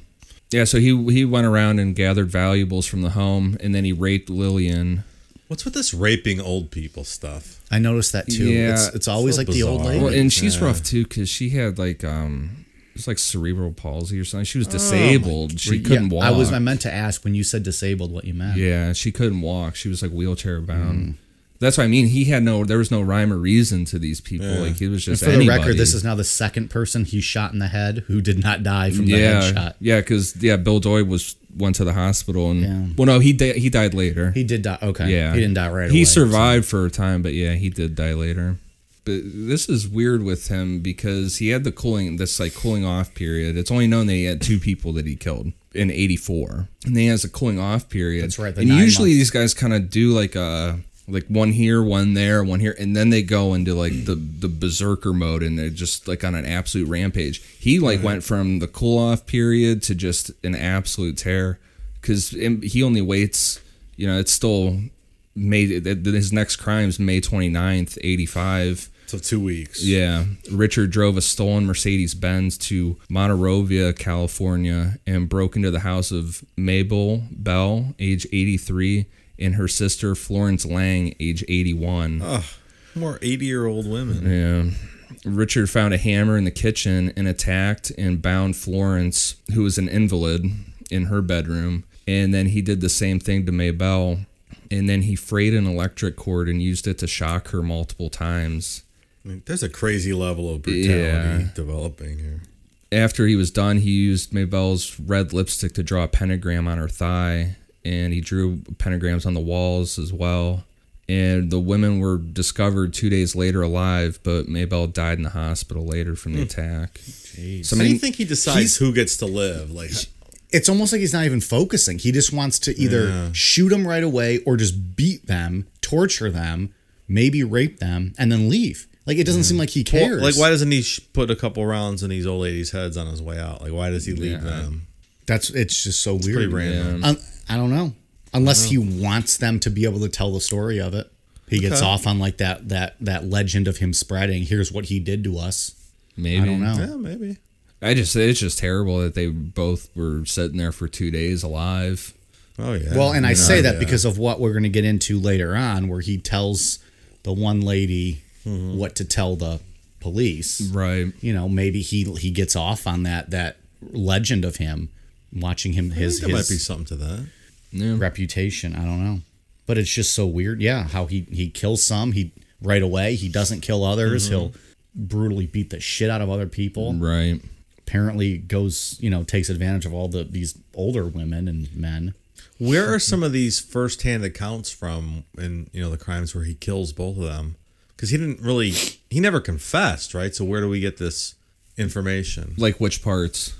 [SPEAKER 3] Yeah, so he he went around and gathered valuables from the home and then he raped Lillian.
[SPEAKER 1] What's with this raping old people stuff?
[SPEAKER 2] I noticed that too.
[SPEAKER 3] Yeah,
[SPEAKER 2] it's, it's always
[SPEAKER 1] so
[SPEAKER 2] like the old
[SPEAKER 1] bizarre.
[SPEAKER 2] lady.
[SPEAKER 3] Well, and she's rough too cuz she had like um it's like cerebral palsy or something. She was disabled. she couldn't walk.
[SPEAKER 2] Oh. I was I meant to ask when you said disabled what you meant.
[SPEAKER 3] yeah, she couldn't walk. She was like wheelchair
[SPEAKER 2] Hmm.
[SPEAKER 3] bound. That's what I mean. He had no there was no rhyme or reason to these people. Like he was
[SPEAKER 2] And
[SPEAKER 3] just
[SPEAKER 2] for the
[SPEAKER 3] anybody.
[SPEAKER 2] record, this is now the second person he shot in the head who did not die from the
[SPEAKER 3] yeah,
[SPEAKER 2] headshot.
[SPEAKER 3] yeah, because yeah, Bill Doy was went to the hospital and
[SPEAKER 2] Yeah.
[SPEAKER 3] well, no, he di- he died later.
[SPEAKER 2] He did die. Okay.
[SPEAKER 3] Yeah,
[SPEAKER 2] He didn't die right away.
[SPEAKER 3] He survived for a time, but yeah, he did die later. But this is weird with him because he had the cooling, this like cooling off period. It's only known that he had two people that he killed in '84, and then he has a cooling off period.
[SPEAKER 2] That's right, the
[SPEAKER 3] And
[SPEAKER 2] nine
[SPEAKER 3] usually
[SPEAKER 2] months.
[SPEAKER 3] these guys kind of do like a like one here, one there, one here, and then they go into like the the berserker mode, and they're just like on an absolute rampage. He
[SPEAKER 2] Mm-hmm.
[SPEAKER 3] like went from the cool off period to just an absolute tear because he only waits. You know, it's still May. th- th- His next crime's May 29th, 85.
[SPEAKER 1] So two weeks.
[SPEAKER 3] Yeah, Richard drove a stolen Mercedes Benz to Monterovia, California, and broke into the house of Mabel Bell, age 83, and her sister Florence Lang, age 81.
[SPEAKER 1] More 80 year old women.
[SPEAKER 3] Yeah. Richard found a hammer in the kitchen and attacked and bound Florence, who was an invalid, in her bedroom. And then he did the same thing to Maybelle. And then he frayed an electric cord and used it to shock her multiple times.
[SPEAKER 1] I mean, there's a crazy level of brutality
[SPEAKER 3] Yeah.
[SPEAKER 1] developing here.
[SPEAKER 3] After he was done, he used Maybelle's red lipstick to draw a pentagram on her thigh. And he drew pentagrams on the walls as well. And the women were discovered two days later alive, but Maybelle died in the hospital later from the attack. So, I
[SPEAKER 1] How do you
[SPEAKER 3] mean-
[SPEAKER 1] think he decides who gets to live? Like,
[SPEAKER 2] It's almost like he's not even focusing. He just wants to either shoot them right away or just beat them, torture them, maybe rape them, and then leave. Like it doesn't seem like he cares.
[SPEAKER 1] like why doesn't he sh- put a couple rounds in these old ladies' heads on his way out? Like, why does he leave them?
[SPEAKER 2] That's it's just so weird.
[SPEAKER 1] Pretty random.
[SPEAKER 2] Um, I don't know. Unless he wants them to be able to tell the story of it. He gets off on like that that that legend of him spreading. Here's what he did to us.
[SPEAKER 3] Maybe
[SPEAKER 2] I don't know.
[SPEAKER 1] Hmm. Yeah, maybe.
[SPEAKER 3] I just it's just terrible that they both were sitting there for two days alive.
[SPEAKER 1] Oh yeah.
[SPEAKER 2] Well, and I
[SPEAKER 1] No
[SPEAKER 2] say that
[SPEAKER 1] idea.
[SPEAKER 2] because of what we're going to get into later on, where he tells the one lady
[SPEAKER 1] Mm-hmm.
[SPEAKER 2] what to tell the police.
[SPEAKER 3] Right.
[SPEAKER 2] You know, maybe he he gets off on that that legend of him watching him
[SPEAKER 1] I think
[SPEAKER 2] his
[SPEAKER 1] there might be
[SPEAKER 2] his
[SPEAKER 1] something to that.
[SPEAKER 2] reputation. I don't know, but it's just so weird. Yeah, how he he kills some he right away. He doesn't kill others.
[SPEAKER 1] Mm-hmm.
[SPEAKER 2] He'll brutally beat the shit out of other people.
[SPEAKER 3] Right.
[SPEAKER 2] Apparently goes you know takes advantage of all the these older women and men.
[SPEAKER 1] Where are some of these firsthand accounts from, and you know the crimes where he kills both of them? Because he didn't really, he never confessed, right? So where do we get this information?
[SPEAKER 3] Like which parts?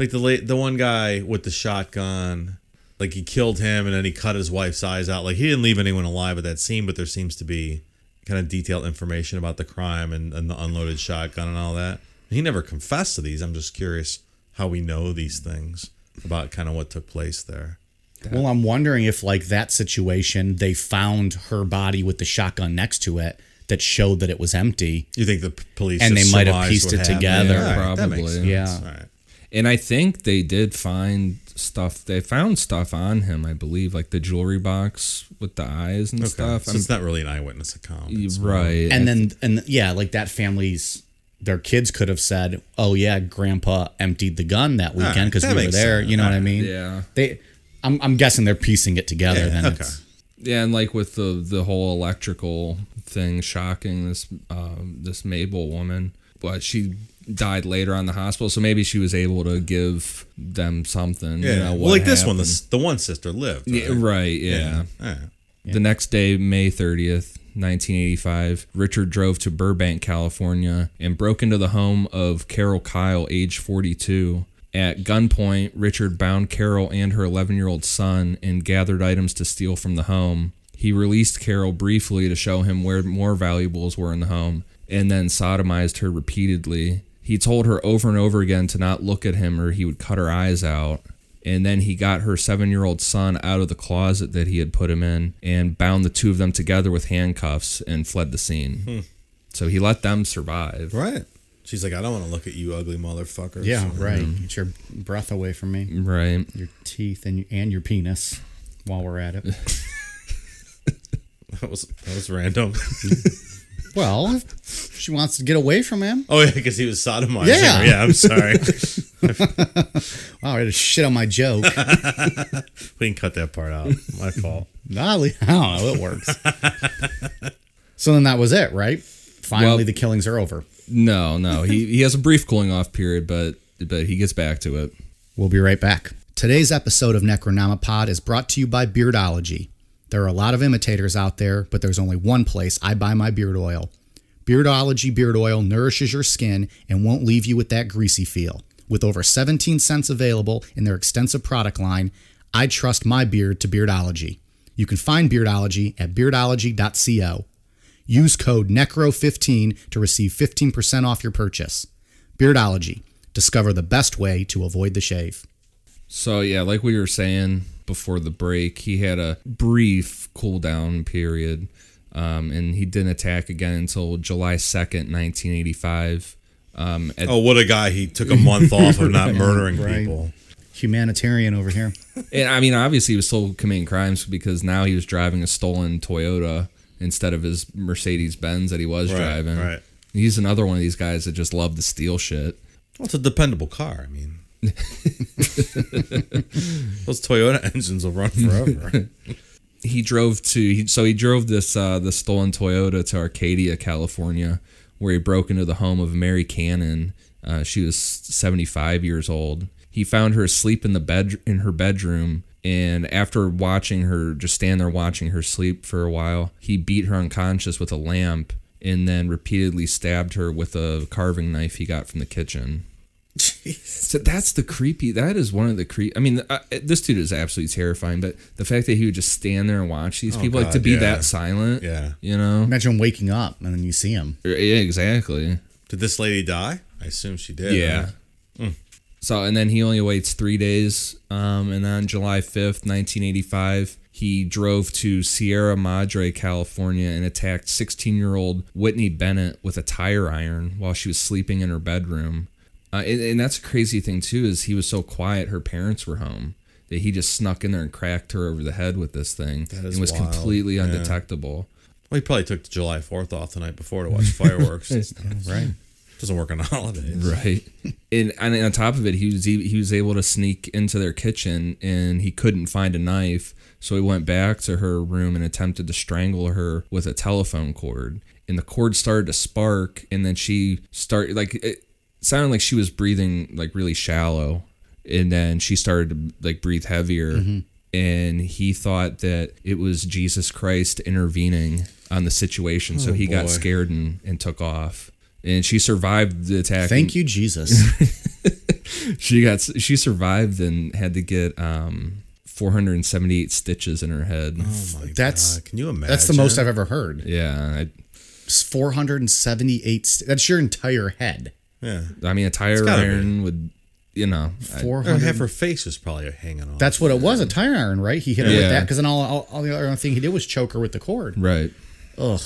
[SPEAKER 1] Like the late, the one guy with the shotgun, like he killed him, and then he cut his wife's eyes out. Like he didn't leave anyone alive at that scene, but there seems to be kind of detailed information about the crime and, and the unloaded shotgun and all that. He never confessed to these. I'm just curious how we know these things about kind of what took place there.
[SPEAKER 2] Well, I'm wondering if, like that situation, they found her body with the shotgun next to it that showed that it was empty.
[SPEAKER 1] You think the p- police
[SPEAKER 2] And
[SPEAKER 1] just
[SPEAKER 2] they might have
[SPEAKER 1] surmised
[SPEAKER 2] pieced
[SPEAKER 1] what
[SPEAKER 2] it
[SPEAKER 1] happened?
[SPEAKER 2] together.
[SPEAKER 1] Yeah,
[SPEAKER 3] Yeah,
[SPEAKER 1] all right, that makes
[SPEAKER 3] probably.
[SPEAKER 1] sense.
[SPEAKER 2] Yeah.
[SPEAKER 1] All right.
[SPEAKER 3] And I think they did find stuff. They found stuff on him, I believe, like the jewelry box with the eyes and stuff.
[SPEAKER 1] So
[SPEAKER 3] I'm-
[SPEAKER 1] it's not really an eyewitness account. It's-
[SPEAKER 3] right.
[SPEAKER 2] And then, and yeah, like that family's, their kids could have said, "Oh yeah, Grandpa emptied the gun that weekend because
[SPEAKER 1] Ah, that
[SPEAKER 2] we were
[SPEAKER 1] makes
[SPEAKER 2] there."
[SPEAKER 1] sense. Ah,
[SPEAKER 2] You know what I
[SPEAKER 1] Alright.
[SPEAKER 2] mean?
[SPEAKER 3] yeah.
[SPEAKER 2] They, I'm, I'm guessing they're piecing it together.
[SPEAKER 1] Yeah,
[SPEAKER 2] then
[SPEAKER 1] okay.
[SPEAKER 2] it's,
[SPEAKER 3] Yeah, and like with the the whole electrical thing shocking this um, this Mabel woman, but she died later on in the hospital, so maybe she was able to give them something.
[SPEAKER 1] Yeah.
[SPEAKER 3] you know,
[SPEAKER 1] well,
[SPEAKER 3] what
[SPEAKER 1] like this one, the,
[SPEAKER 3] happened.
[SPEAKER 1] s- the one sister lived. Right.
[SPEAKER 3] Yeah, right, yeah.
[SPEAKER 1] All right.
[SPEAKER 3] The next day, May 30th, 1985, Richard drove to Burbank, California, and broke into the home of Carol Kyle, age 42. At gunpoint, Richard bound Carol and her 11 year old son and gathered items to steal from the home. He released Carol briefly to show him where more valuables were in the home and then sodomized her repeatedly. He told her over and over again to not look at him or he would cut her eyes out. And then he got her seven year old son out of the closet that he had put him in and bound the two of them together with handcuffs and fled the scene. So he let them survive.
[SPEAKER 1] Right. She's like, I don't want to look at you, ugly motherfucker.
[SPEAKER 2] yeah,
[SPEAKER 1] So-
[SPEAKER 2] right. Get your breath away from me,
[SPEAKER 3] Right.
[SPEAKER 2] your teeth, and and your penis. While we're at it,
[SPEAKER 1] That was that was random.
[SPEAKER 2] well, if she wants to get away from him.
[SPEAKER 1] oh yeah, because he was sodomizing.
[SPEAKER 2] Yeah.
[SPEAKER 1] Yeah. Her. Yeah. I'm sorry.
[SPEAKER 2] Wow, I had to shit on my joke.
[SPEAKER 1] we can cut that part out. My fault.
[SPEAKER 2] Nah, le- I don't know. It works. so then that was it, right? Finally,
[SPEAKER 3] Well-
[SPEAKER 2] the killings are over.
[SPEAKER 3] No, no. he, he has a brief cooling off period, but but he gets back to it.
[SPEAKER 2] We'll be right back. Today's episode of Necronomipod is brought to you by Beardology. There are a lot of imitators out there, but there's only one place I buy my beard oil. Beardology beard oil nourishes your skin and won't leave you with that greasy feel. With over 17 cents available in their extensive product line, I trust my beard to Beardology. You can find Beardology at beardology.co. Use code NECRO15 to receive 15% off your purchase. Beardology. Discover the best way to avoid the shave.
[SPEAKER 3] So yeah, like we were saying before the break, he had a brief cool down period, um, and he didn't attack again until July second, nineteen eighty five. Um, at,
[SPEAKER 1] Oh, what a guy! He took a month off of not murdering
[SPEAKER 2] Right.
[SPEAKER 1] people.
[SPEAKER 2] Humanitarian over here.
[SPEAKER 3] and I mean, obviously, he was still committing crimes because now he was driving a stolen Toyota instead of his Mercedes Benz that he was
[SPEAKER 1] Right,
[SPEAKER 3] driving.
[SPEAKER 1] right.
[SPEAKER 3] He's another one of these guys that just love to steal shit.
[SPEAKER 1] Well, it's a dependable car. I mean, those Toyota engines will run forever.
[SPEAKER 3] he drove to he, so he drove this uh the stolen Toyota to Arcadia, California, where he broke into the home of Mary Cannon. Uh, she was 75 years old. He found her asleep in the bed in her bedroom and after watching her just stand there watching her sleep for a while, he beat her unconscious with a lamp and then repeatedly stabbed her with a carving knife he got from the kitchen. So that's the creepy. That is one of the creep. I mean, I, this dude is absolutely terrifying. But the fact that he would just stand there and watch these people, like to
[SPEAKER 1] Oh, God,
[SPEAKER 3] be
[SPEAKER 1] yeah.
[SPEAKER 3] that silent,
[SPEAKER 1] Yeah.
[SPEAKER 3] you know,
[SPEAKER 2] Imagine waking up and then you see him.
[SPEAKER 3] yeah, exactly,
[SPEAKER 1] Did this lady die? I assume she did.
[SPEAKER 3] yeah.
[SPEAKER 1] right?
[SPEAKER 3] So and then he only waits three days, um, and on July fifth, nineteen eighty-five, he drove to Sierra Madre, California, and attacked sixteen-year-old Whitney Bennett with a tire iron while she was sleeping in her bedroom. Uh, and, and that's a crazy thing too is he was so quiet her parents were home that he just snuck in there and cracked her over the head with this thing
[SPEAKER 1] That is
[SPEAKER 3] and was
[SPEAKER 1] wild.
[SPEAKER 3] completely
[SPEAKER 1] Yeah.
[SPEAKER 3] undetectable.
[SPEAKER 1] Well, he probably took the July Fourth off the night before to watch fireworks. right. Doesn't work on holidays.
[SPEAKER 3] Right. and, and on top of it, he was e- he was able to sneak into their kitchen and he couldn't find a knife, so he went back to her room and attempted to strangle her with a telephone cord. And the cord started to spark, and then she started like it sounded like she was breathing like really shallow, and then she started to like breathe heavier. And he thought that it was Jesus Christ intervening on the situation, so he got
[SPEAKER 1] boy.
[SPEAKER 3] scared and, and took off. And she survived the attack. and-
[SPEAKER 2] Thank you, Jesus.
[SPEAKER 1] Oh
[SPEAKER 3] she got she survived and had to get um 478 stitches in her head.
[SPEAKER 1] Oh my
[SPEAKER 2] That's-
[SPEAKER 1] God, can you imagine?
[SPEAKER 2] That's the most I've ever heard.
[SPEAKER 3] Yeah,
[SPEAKER 2] It's 478. St- that's your entire head.
[SPEAKER 1] Yeah.
[SPEAKER 3] I, I mean a tire
[SPEAKER 1] gotta be.
[SPEAKER 3] iron would you know, I-
[SPEAKER 2] Four
[SPEAKER 1] Her, half
[SPEAKER 2] hundred.
[SPEAKER 1] her face was probably hanging off.
[SPEAKER 2] That's what it was—a tire iron, right? He hit her
[SPEAKER 3] Yeah.
[SPEAKER 2] with that because then all, all, all the other thing he did was choke her with the cord.
[SPEAKER 3] right.
[SPEAKER 2] Ugh.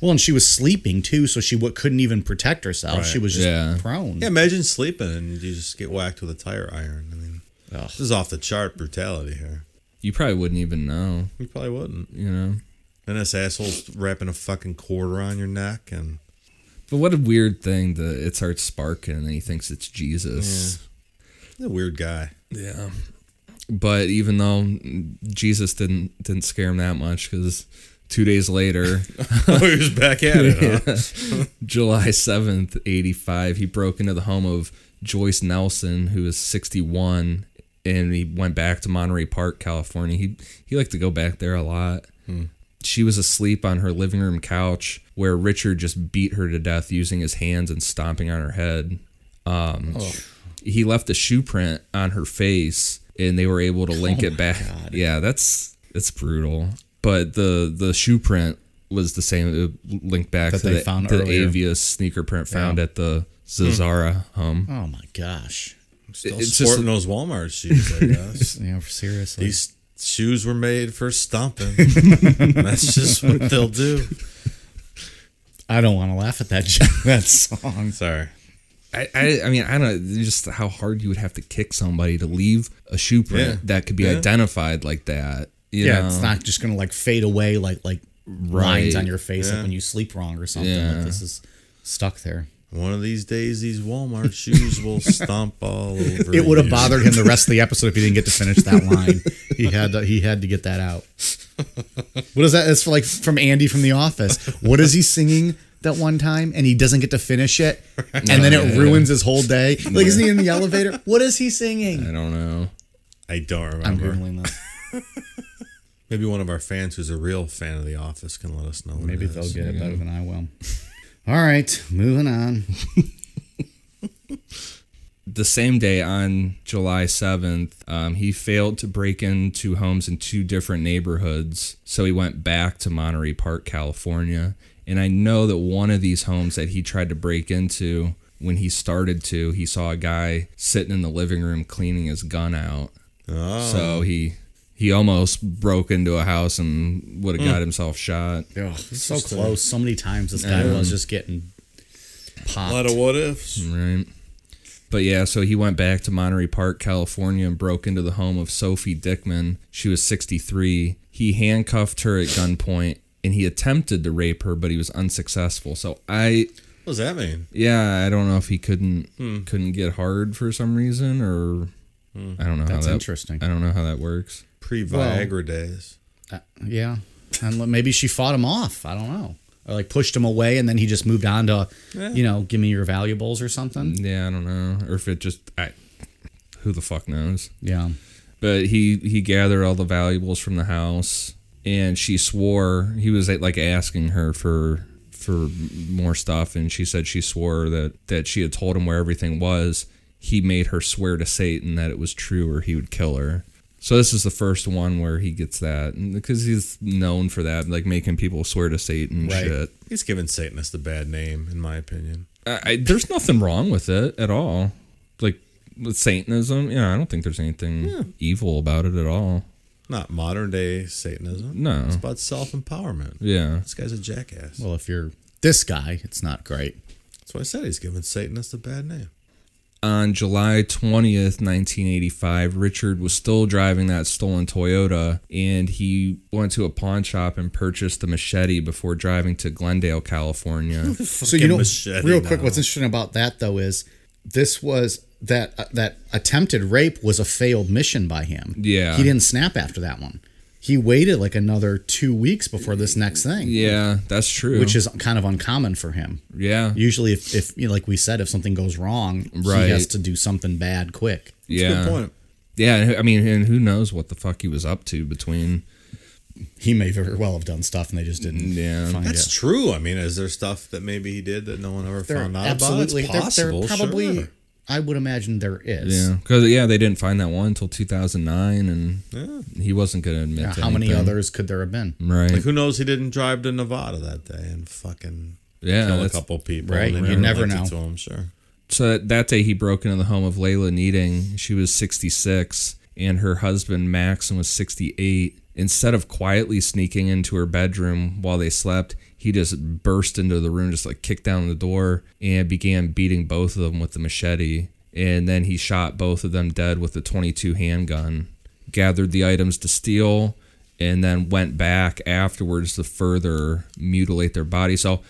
[SPEAKER 2] Well, and she was sleeping too, so she w- couldn't even protect herself. She was just
[SPEAKER 3] Yeah.
[SPEAKER 2] prone.
[SPEAKER 1] Yeah, imagine sleeping and you just get whacked with a tire iron. I mean,
[SPEAKER 2] Ugh.
[SPEAKER 1] this is off the chart brutality here.
[SPEAKER 3] You probably wouldn't even know,
[SPEAKER 1] You probably wouldn't.
[SPEAKER 3] you know.
[SPEAKER 1] And this asshole's wrapping a fucking cord around your neck and
[SPEAKER 3] But what a weird thing that it starts sparking and he thinks it's Jesus.
[SPEAKER 1] he's a weird guy.
[SPEAKER 3] Yeah. But even though Jesus didn't didn't scare him that much cuz 2 days later,
[SPEAKER 1] oh, he was back at it. Huh?
[SPEAKER 3] July 7th, 85, he broke into the home of Joyce Nelson who is 61 and he went back to Monterey Park, California. He he liked to go back there a lot. She was asleep on her living room couch where Richard just beat her to death using his hands and stomping on her head. Um,
[SPEAKER 2] Oh.
[SPEAKER 3] He left a shoe print on her face, and they were able to link
[SPEAKER 2] Oh
[SPEAKER 3] it back. Yeah, that's that's brutal. But the the shoe print was the same. It linked back
[SPEAKER 2] That
[SPEAKER 3] to
[SPEAKER 2] they
[SPEAKER 3] the,
[SPEAKER 2] found
[SPEAKER 3] to the
[SPEAKER 2] earlier. Hmm.
[SPEAKER 3] Avius sneaker print found at the Zazara home.
[SPEAKER 2] Oh my gosh.
[SPEAKER 1] Still
[SPEAKER 3] It's just-
[SPEAKER 1] sporting those Walmart shoes, I guess.
[SPEAKER 2] Yeah, seriously.
[SPEAKER 1] These shoes were made for stomping. That's just what they'll do.
[SPEAKER 2] I don't want to laugh at that joke, that song.
[SPEAKER 1] Sorry.
[SPEAKER 3] I, I, I mean, I don't know just how hard you would have to kick somebody to leave a shoe print
[SPEAKER 1] Yeah.
[SPEAKER 3] that could be
[SPEAKER 1] Yeah.
[SPEAKER 3] identified like that. You
[SPEAKER 2] yeah,
[SPEAKER 3] know?
[SPEAKER 2] it's not just gonna like fade away like like lines on
[SPEAKER 3] Right.
[SPEAKER 2] your face like when you sleep wrong or something.
[SPEAKER 3] Yeah.
[SPEAKER 2] Like this is stuck there.
[SPEAKER 1] One of these days, these Walmart shoes will stomp all over.
[SPEAKER 2] It would have
[SPEAKER 1] you.
[SPEAKER 2] bothered him the rest of the episode if he didn't get to finish that line. He had to, he had to get that out. What is that? That's for like from Andy from The Office. What is he singing that one time and he doesn't get to finish it, and then it ruins his whole day. Like isn't he in the elevator? What is he
[SPEAKER 3] I
[SPEAKER 2] singing?
[SPEAKER 3] don't know.
[SPEAKER 1] I don't remember.
[SPEAKER 2] I'm googling this.
[SPEAKER 1] Maybe one of our fans who's a real fan of The Office can let us know. What
[SPEAKER 2] Maybe
[SPEAKER 1] it
[SPEAKER 2] they'll
[SPEAKER 1] is.
[SPEAKER 2] get it better than I will. All right, moving on.
[SPEAKER 3] the same day on July 7th, um, he failed to break into homes in two different neighborhoods. So he went back to Monterey Park, California. And I know that one of these homes that he tried to break into, when he started to, he saw a guy sitting in the living room cleaning his gun out.
[SPEAKER 1] Oh,
[SPEAKER 3] So he he almost broke into a house and would have got himself shot.
[SPEAKER 2] Oh, so close. So many times this guy was just getting
[SPEAKER 1] a
[SPEAKER 2] popped.
[SPEAKER 1] lot of what ifs.
[SPEAKER 3] Right. But yeah, so he went back to Monterey Park, California, and broke into the home of Sophie Dickman. She was 63. He handcuffed her at gunpoint and he attempted to rape her, but he was unsuccessful. So I,
[SPEAKER 1] What does that mean?
[SPEAKER 3] yeah, I don't know if he couldn't couldn't get hard for some reason or I don't know how
[SPEAKER 2] That's
[SPEAKER 3] that,
[SPEAKER 2] interesting.
[SPEAKER 3] I don't know how that works.
[SPEAKER 1] Pre Viagra days.
[SPEAKER 2] Uh, yeah, and l- maybe she fought him off. I don't know, or like pushed him away, and then he just moved on to, you know, give me your valuables or something.
[SPEAKER 3] Yeah, I don't know, or if it just I, who the fuck knows.
[SPEAKER 2] Yeah.
[SPEAKER 3] but he he gathered all the valuables from the house and she swore he was like asking her for for more stuff and she said she swore that that she had told him where everything was he made her swear to satan that it was true or he would kill her so this is the first one where he gets that and- because he's known for that like making people swear to satan and
[SPEAKER 2] Right.
[SPEAKER 3] shit
[SPEAKER 1] He's giving Satanist a bad name, in my opinion.
[SPEAKER 3] I, I, there's nothing wrong with it at all like with satanism yeah i don't think there's anything evil about it at all
[SPEAKER 1] Not modern day Satanism.
[SPEAKER 3] No.
[SPEAKER 1] It's about self empowerment.
[SPEAKER 3] yeah
[SPEAKER 1] This guy's a jackass.
[SPEAKER 2] Well, if you're this guy, it's not great.
[SPEAKER 1] That's why I said he's giving Satanist a bad name.
[SPEAKER 3] on July 20th, 1985, Richard was still driving that stolen Toyota and he went to a pawn shop and purchased a machete before driving to Glendale, California.
[SPEAKER 2] So you know,
[SPEAKER 1] machete
[SPEAKER 2] real quick,
[SPEAKER 1] now.
[SPEAKER 2] what's interesting about that though is this was that uh, that attempted rape was a failed mission by him.
[SPEAKER 3] Yeah.
[SPEAKER 2] he didn't snap after that one. He waited like another two weeks before this next thing.
[SPEAKER 3] yeah, that's true.
[SPEAKER 2] which is kind of uncommon for him.
[SPEAKER 3] yeah.
[SPEAKER 2] Usually, if, if you know, like we said, if something goes wrong,
[SPEAKER 3] Right.
[SPEAKER 2] he has to do something bad quick.
[SPEAKER 3] yeah.
[SPEAKER 1] Good point.
[SPEAKER 3] Yeah, and who- I mean, and who knows what the fuck he was up to between
[SPEAKER 2] He may very well have done stuff, and they just didn't
[SPEAKER 3] Yeah.
[SPEAKER 2] find
[SPEAKER 1] That's
[SPEAKER 2] it.
[SPEAKER 1] true. I mean, is there stuff that maybe he did that no one ever found out about?
[SPEAKER 2] there-
[SPEAKER 1] It's possible.
[SPEAKER 2] there probably.
[SPEAKER 1] sure.
[SPEAKER 2] I would imagine there is.
[SPEAKER 3] yeah, cuz yeah, they didn't find that one until 2009 and he wasn't going to admit
[SPEAKER 2] Now,
[SPEAKER 3] to
[SPEAKER 2] how many
[SPEAKER 3] anything.
[SPEAKER 2] others could there have been?
[SPEAKER 3] Right.
[SPEAKER 1] Like, who knows? He didn't drive to Nevada that day and fucking
[SPEAKER 3] yeah,
[SPEAKER 1] kill a
[SPEAKER 3] that's-
[SPEAKER 1] couple people.
[SPEAKER 2] Right,
[SPEAKER 1] and they
[SPEAKER 2] you
[SPEAKER 1] never
[SPEAKER 2] never
[SPEAKER 1] linked it
[SPEAKER 2] know.
[SPEAKER 1] To him, sure.
[SPEAKER 3] So that, that day he broke into the home of Layla Needing. She was 66 and her husband Max was 68. Instead of quietly sneaking into her bedroom while they slept, he just burst into the room, just like kicked down the door and began beating both of them with the machete. And then he shot both of them dead with a 22 handgun, gathered the items to steal, and then went back afterwards to further mutilate their body. So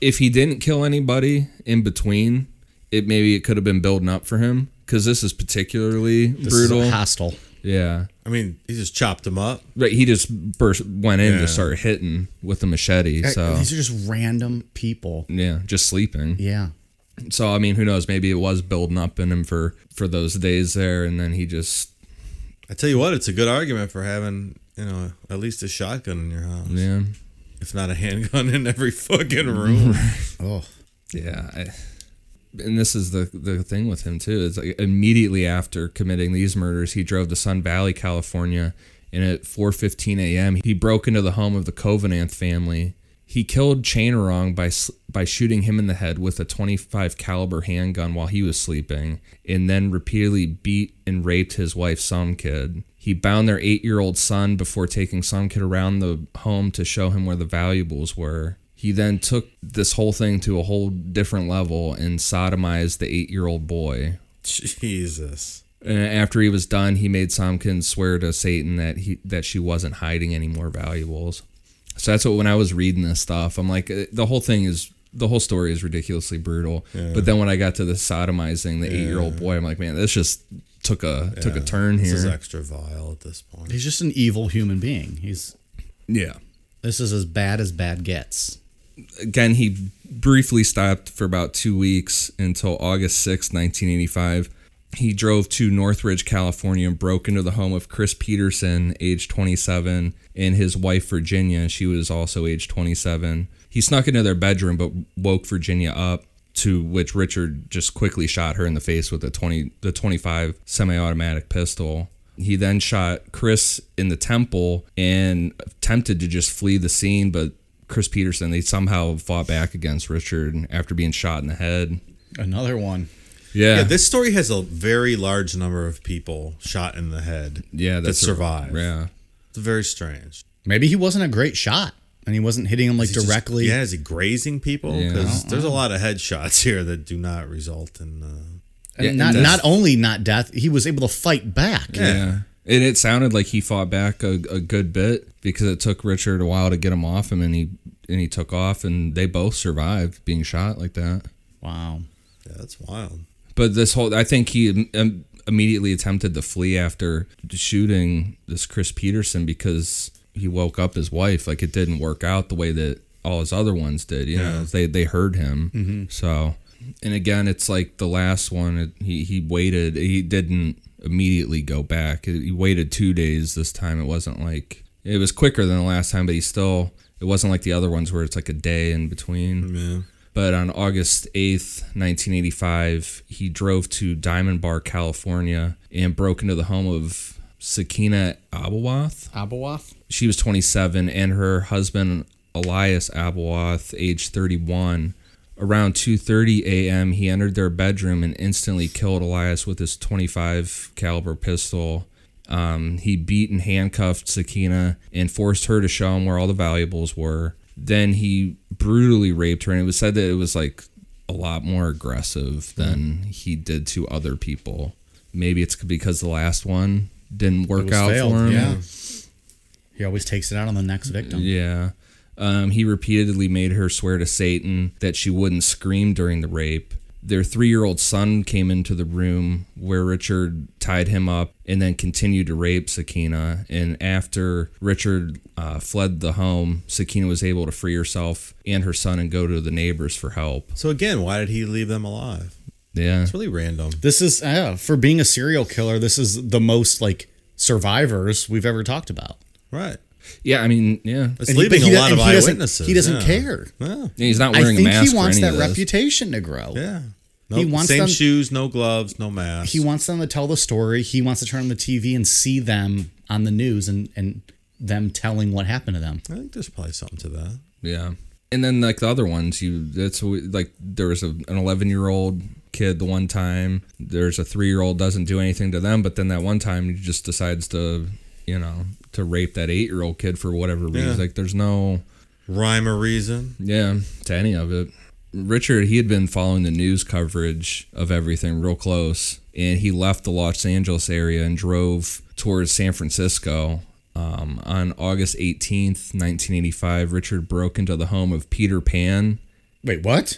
[SPEAKER 3] if he didn't kill anybody in between, it maybe it could have been building up for him because this is particularly
[SPEAKER 2] This is
[SPEAKER 3] brutal.
[SPEAKER 2] hostile.
[SPEAKER 3] yeah,
[SPEAKER 1] I mean, he just chopped him up.
[SPEAKER 3] right. He just burst went in
[SPEAKER 1] Yeah.
[SPEAKER 3] to start hitting with a machete. So
[SPEAKER 2] These are just random people.
[SPEAKER 3] yeah, just sleeping.
[SPEAKER 2] Yeah.
[SPEAKER 3] So I mean, who knows? Maybe it was building up in him for for those days there, and then he just
[SPEAKER 1] I tell you what, it's a good argument for having, you know, at least a shotgun in your house,
[SPEAKER 3] yeah
[SPEAKER 1] if not a handgun in every fucking room.
[SPEAKER 2] Oh.
[SPEAKER 3] yeah. I, and this is the the thing with him too is like immediately after committing these murders, he drove to Sun Valley, California, and at 4:15 a.m. he broke into the home of the Covenant family. He killed Chainerong by s- by shooting him in the head with a 25 caliber handgun while he was sleeping, and then repeatedly beat and raped his wife Some Kid. He bound their eight year old son before taking Some Kid around the home to show him where the valuables were. He then took this whole thing to a whole different level and sodomized the eight year old boy.
[SPEAKER 1] Jesus.
[SPEAKER 3] And after he was done, he made Somkin swear to Satan that he that she wasn't hiding any more valuables. So that's what when I was reading this stuff, I'm like, eh, the whole thing is the whole story is ridiculously brutal. But then when I got to the sodomizing the eight year old boy, I'm like, man, this just took a took a
[SPEAKER 1] Yeah.
[SPEAKER 3] turn
[SPEAKER 1] This is
[SPEAKER 3] here.
[SPEAKER 1] extra vile at this point.
[SPEAKER 2] He's just an evil human being. He's
[SPEAKER 3] Yeah.
[SPEAKER 2] this is as bad as bad gets.
[SPEAKER 3] again, he briefly stopped for about two weeks until August sixth, 1985. He drove to Northridge, California, and broke into the home of Chris Peterson, age 27, and his wife, Virginia. She was also age 27. He snuck into their bedroom but woke Virginia up. To which Richard just quickly shot her in the face with a 20, the 25 semi-automatic pistol. He then shot Chris in the temple and attempted to just flee the scene, but Chris Peterson, they somehow fought back against Richard after being shot in the head.
[SPEAKER 2] Another one.
[SPEAKER 3] Yeah,
[SPEAKER 1] Yeah, this story has a very large number of people shot in the head.
[SPEAKER 3] yeah,
[SPEAKER 1] that
[SPEAKER 3] a-
[SPEAKER 1] survived.
[SPEAKER 3] Yeah,
[SPEAKER 1] It's very strange.
[SPEAKER 2] Maybe he wasn't a great shot and he wasn't hitting him like
[SPEAKER 1] Is he just-
[SPEAKER 2] directly.
[SPEAKER 1] yeah, is he grazing people?
[SPEAKER 3] Yeah.
[SPEAKER 1] Because there's a lot of headshots here that do not result in. Uh,
[SPEAKER 2] And
[SPEAKER 3] Yeah,
[SPEAKER 2] not
[SPEAKER 3] and
[SPEAKER 2] not only not death, he was able to fight back.
[SPEAKER 3] yeah, And it sounded like he fought back a, a good bit because it took Richard a while to get him off him, and he and he took off, and they both survived being shot like that.
[SPEAKER 2] Wow.
[SPEAKER 1] yeah, that's wild.
[SPEAKER 3] But this whole, I think he um, immediately attempted to flee after shooting this Chris Peterson because he woke up his wife. Like it didn't work out the way that all his other ones did. You know, they they heard him. So, and again, it's like the last one. It, he he waited. He didn't immediately go back. He waited two days this time. It wasn't like it was quicker than the last time, but he still. It wasn't like the other ones where it's like a day in between. But on August 8th, 1985, he drove to Diamond Bar, California, and broke into the home of Sakina Abawath.
[SPEAKER 2] Abawath?
[SPEAKER 3] She was 27, and her husband, Elias Abawath, age 31. Around 2:30 a.m., he entered their bedroom and instantly killed Elias with his 25 caliber pistol. Um, he beat and handcuffed Sakina and forced her to show him where all the valuables were. Then he brutally raped her, and it was said that it was like a lot more aggressive than he did to other people. Maybe it's because the last one didn't work
[SPEAKER 2] was
[SPEAKER 3] out
[SPEAKER 2] failed,
[SPEAKER 3] for him.
[SPEAKER 2] yeah. He always takes it out on the next victim.
[SPEAKER 3] Yeah. Um, he repeatedly made her swear to Satan that she wouldn't scream during the rape. Their three year old son came into the room where Richard tied him up and then continued to rape Sakina. And after Richard uh, fled the home, Sakina was able to free herself and her son and go to the neighbors for help.
[SPEAKER 1] So again, why did he leave them alive?
[SPEAKER 3] Yeah.
[SPEAKER 1] It's really random.
[SPEAKER 2] This is yeah, for being a serial killer, this is the most like survivors we've ever talked about.
[SPEAKER 1] Right.
[SPEAKER 3] Yeah, I mean, yeah.
[SPEAKER 1] It's
[SPEAKER 2] And he-
[SPEAKER 1] leaving
[SPEAKER 2] but he
[SPEAKER 1] a
[SPEAKER 2] do-
[SPEAKER 1] lot
[SPEAKER 2] and
[SPEAKER 1] of
[SPEAKER 2] he doesn't-
[SPEAKER 1] eyewitnesses.
[SPEAKER 2] he doesn't
[SPEAKER 1] yeah.
[SPEAKER 2] care.
[SPEAKER 1] Yeah.
[SPEAKER 3] He's not
[SPEAKER 2] I
[SPEAKER 3] wearing
[SPEAKER 2] think
[SPEAKER 3] a mask.
[SPEAKER 2] he wants
[SPEAKER 3] for any
[SPEAKER 2] that
[SPEAKER 3] of this.
[SPEAKER 2] reputation to grow.
[SPEAKER 1] Yeah. No,
[SPEAKER 2] He wants
[SPEAKER 1] same
[SPEAKER 2] them-
[SPEAKER 1] shoes, no gloves, no mask.
[SPEAKER 2] He wants them to tell the story. He wants to turn on the TV and see them on the news and and them telling what happened to them.
[SPEAKER 1] I think there's probably something to that.
[SPEAKER 3] Yeah. And then like the other ones, you that's what- like there was a, an 11 year old kid the one time. There's a three year old doesn't do anything to them, but then that one time he just decides to you know to rape that eight year old kid for whatever reason.
[SPEAKER 1] Yeah.
[SPEAKER 3] Like there's no
[SPEAKER 1] Rhyme or reason?
[SPEAKER 3] yeah, to any of it. Richard, he had been following the news coverage of everything real close, and he left the Los Angeles area and drove towards San Francisco. Um, on August 18th, 1985, Richard broke into the home of Peter Pan.
[SPEAKER 2] Wait, what?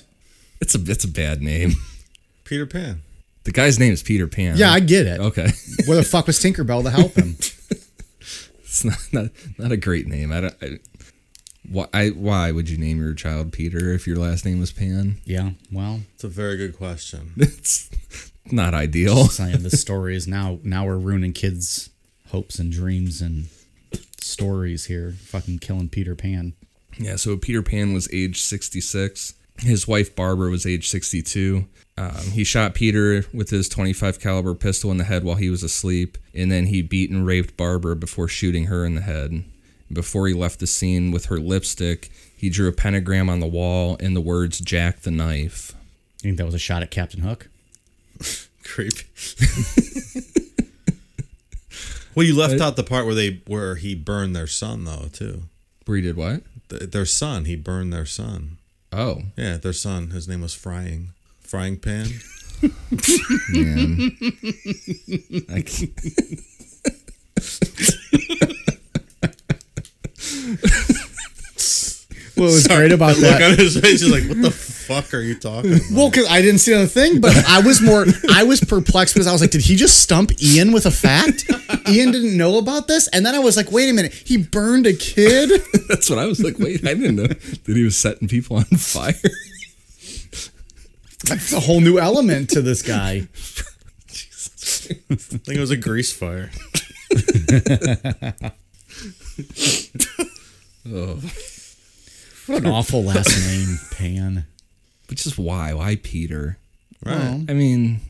[SPEAKER 3] It's a it's a bad name.
[SPEAKER 1] Peter Pan.
[SPEAKER 3] The guy's name is Peter Pan.
[SPEAKER 2] Yeah, I get it.
[SPEAKER 3] Uh-huh. okay.
[SPEAKER 2] Where the fuck was Tinkerbell to help him?
[SPEAKER 3] It's not, not not a great name. I don't. I, why I, why would you name your child Peter if your last name was Pan?
[SPEAKER 2] yeah, well,
[SPEAKER 1] It's a very good question.
[SPEAKER 3] It's not ideal.
[SPEAKER 2] saying this story is now now we're ruining kids' hopes and dreams and stories here. Fucking killing Peter Pan.
[SPEAKER 3] Yeah, so Peter Pan was age 66. His wife Barbara was age 62. Um, he shot Peter with his 25 caliber pistol in the head while he was asleep, and then he beat and raped Barbara before shooting her in the head. Before he left the scene with her lipstick, he drew a pentagram on the wall and the words "Jack the knife."
[SPEAKER 2] You think that was a shot at Captain Hook?
[SPEAKER 1] Creepy. well, you left out the part where they where he burned their son though too.
[SPEAKER 3] Where he did what?
[SPEAKER 1] Th- their son, he burned their son.
[SPEAKER 3] Oh,
[SPEAKER 1] Yeah, their son. His name was Frying. Frying Pan.
[SPEAKER 3] man. I can't-
[SPEAKER 2] Well, was great about
[SPEAKER 1] Look on his face. He's like, "What the fuck are you talking?" About?
[SPEAKER 2] Well, because I didn't see the thing, but I was more, I was perplexed because I was like, did he just stump Ian with a fact? Ian didn't know about this. And then I was like, wait a minute, he burned a kid?
[SPEAKER 3] That's what I was like. Wait, I didn't know that he was setting people on fire.
[SPEAKER 2] That's a whole new element to this guy.
[SPEAKER 1] I think it was a grease fire.
[SPEAKER 2] What an awful last name, Pan.
[SPEAKER 3] But just why? Why Peter?
[SPEAKER 1] Right.
[SPEAKER 3] I mean,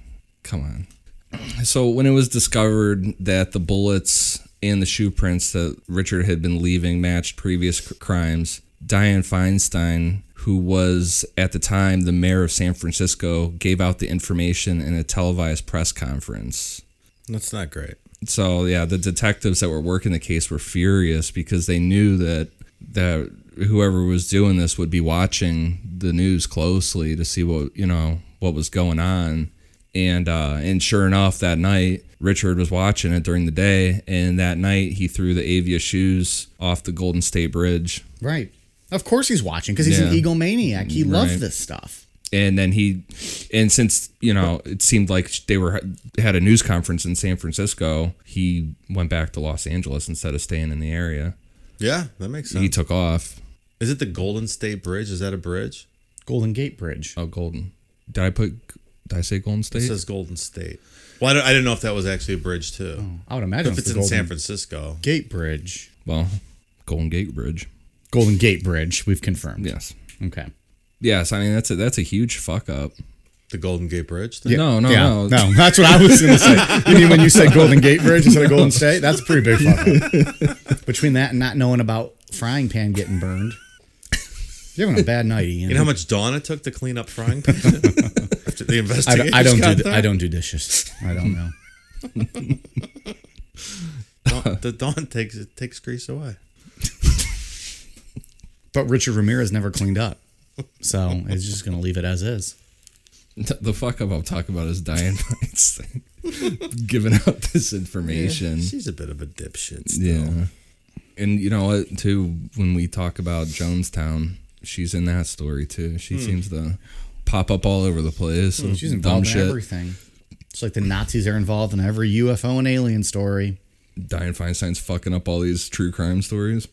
[SPEAKER 3] come on. So when it was discovered that the bullets and the shoe prints that Richard had been leaving matched previous cr- crimes, Diane Feinstein, who was at the time the mayor of San Francisco, gave out the information in a televised press conference.
[SPEAKER 1] That's not great.
[SPEAKER 3] So yeah, the detectives that were working the case were furious because they knew that that whoever was doing this would be watching the news closely to see what you know what was going on. And uh, and sure enough, that night Richard was watching it during the day, and that night he threw the Avia shoes off the Golden State Bridge.
[SPEAKER 2] Right. Of course he's watching because he's an
[SPEAKER 3] Yeah.
[SPEAKER 2] egomaniac. He loves
[SPEAKER 3] Right.
[SPEAKER 2] this stuff.
[SPEAKER 3] and then he and since you know it seemed like they were had a news conference in San Francisco he went back to Los Angeles instead of staying in the area
[SPEAKER 1] Yeah, that makes sense.
[SPEAKER 3] he took off
[SPEAKER 1] Is it the Golden State Bridge? Is that a bridge?
[SPEAKER 2] Golden Gate Bridge.
[SPEAKER 3] oh golden did I put did I say Golden State
[SPEAKER 1] It says Golden State. Well, I, don't, I didn't know if that was actually a bridge too.
[SPEAKER 2] I would imagine
[SPEAKER 1] if it's
[SPEAKER 2] Oh. the
[SPEAKER 1] in
[SPEAKER 2] Golden
[SPEAKER 1] San Francisco,
[SPEAKER 2] Gate Bridge.
[SPEAKER 3] well Golden Gate Bridge
[SPEAKER 2] Golden Gate Bridge, we've confirmed.
[SPEAKER 3] yes
[SPEAKER 2] Okay.
[SPEAKER 3] yes I mean that's a that's a huge fuck up
[SPEAKER 1] the Golden Gate Bridge. Then?
[SPEAKER 3] no no
[SPEAKER 2] yeah,
[SPEAKER 3] no
[SPEAKER 2] no, that's what I was going to say. You mean when you said Golden Gate Bridge instead of Golden State? That's a pretty big fuck up. Between that and not knowing about frying pan getting burned, you're having a bad night, Ian.
[SPEAKER 1] You know how much dawn it took to clean up frying pan after the
[SPEAKER 2] I
[SPEAKER 1] investigation.
[SPEAKER 2] don't, I don't do th- I don't do dishes. I don't know.
[SPEAKER 1] Dawn, the dawn takes it takes grease away.
[SPEAKER 2] But Richard Ramirez never cleaned up, so it's just going to leave it as is.
[SPEAKER 3] the fuck up I'll talk about is Diane Feinstein giving out this information
[SPEAKER 1] She's a bit of a dipshit. Still.
[SPEAKER 3] Yeah. And you know what, too, when we talk about Jonestown, she's in that story too. She seems to pop up all over the place. with
[SPEAKER 2] Hmm. She's
[SPEAKER 3] dumb
[SPEAKER 2] involved in
[SPEAKER 3] shit.
[SPEAKER 2] everything. It's like the Nazis are involved in every UFO and alien story.
[SPEAKER 3] Diane Feinstein's fucking up all these true crime stories.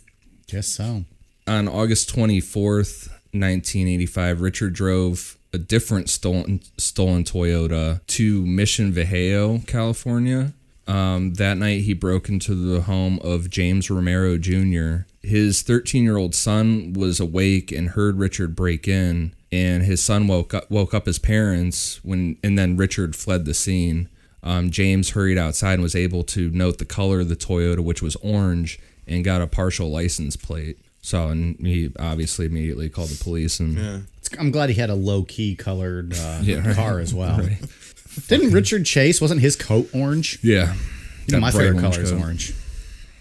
[SPEAKER 2] Just so.
[SPEAKER 3] On August 24th, 1985, Richard drove a different stolen, stolen Toyota to Mission Viejo, California. Um, that night, he broke into the home of James Romero Jr. His 13 year old son was awake and heard Richard break in, and his son woke up, woke up his parents when, and then Richard fled the scene. Um, James hurried outside and was able to note the color of the Toyota, which was orange, and got a partial license plate. So, and he obviously immediately called the police and
[SPEAKER 2] It's, I'm glad he had a low key colored uh,
[SPEAKER 3] Yeah, right.
[SPEAKER 2] car as well. Didn't Richard Chase? Wasn't his coat orange?
[SPEAKER 3] yeah.
[SPEAKER 2] You know, my
[SPEAKER 3] That bright
[SPEAKER 2] favorite
[SPEAKER 3] orange
[SPEAKER 2] color is
[SPEAKER 3] coat.
[SPEAKER 2] orange.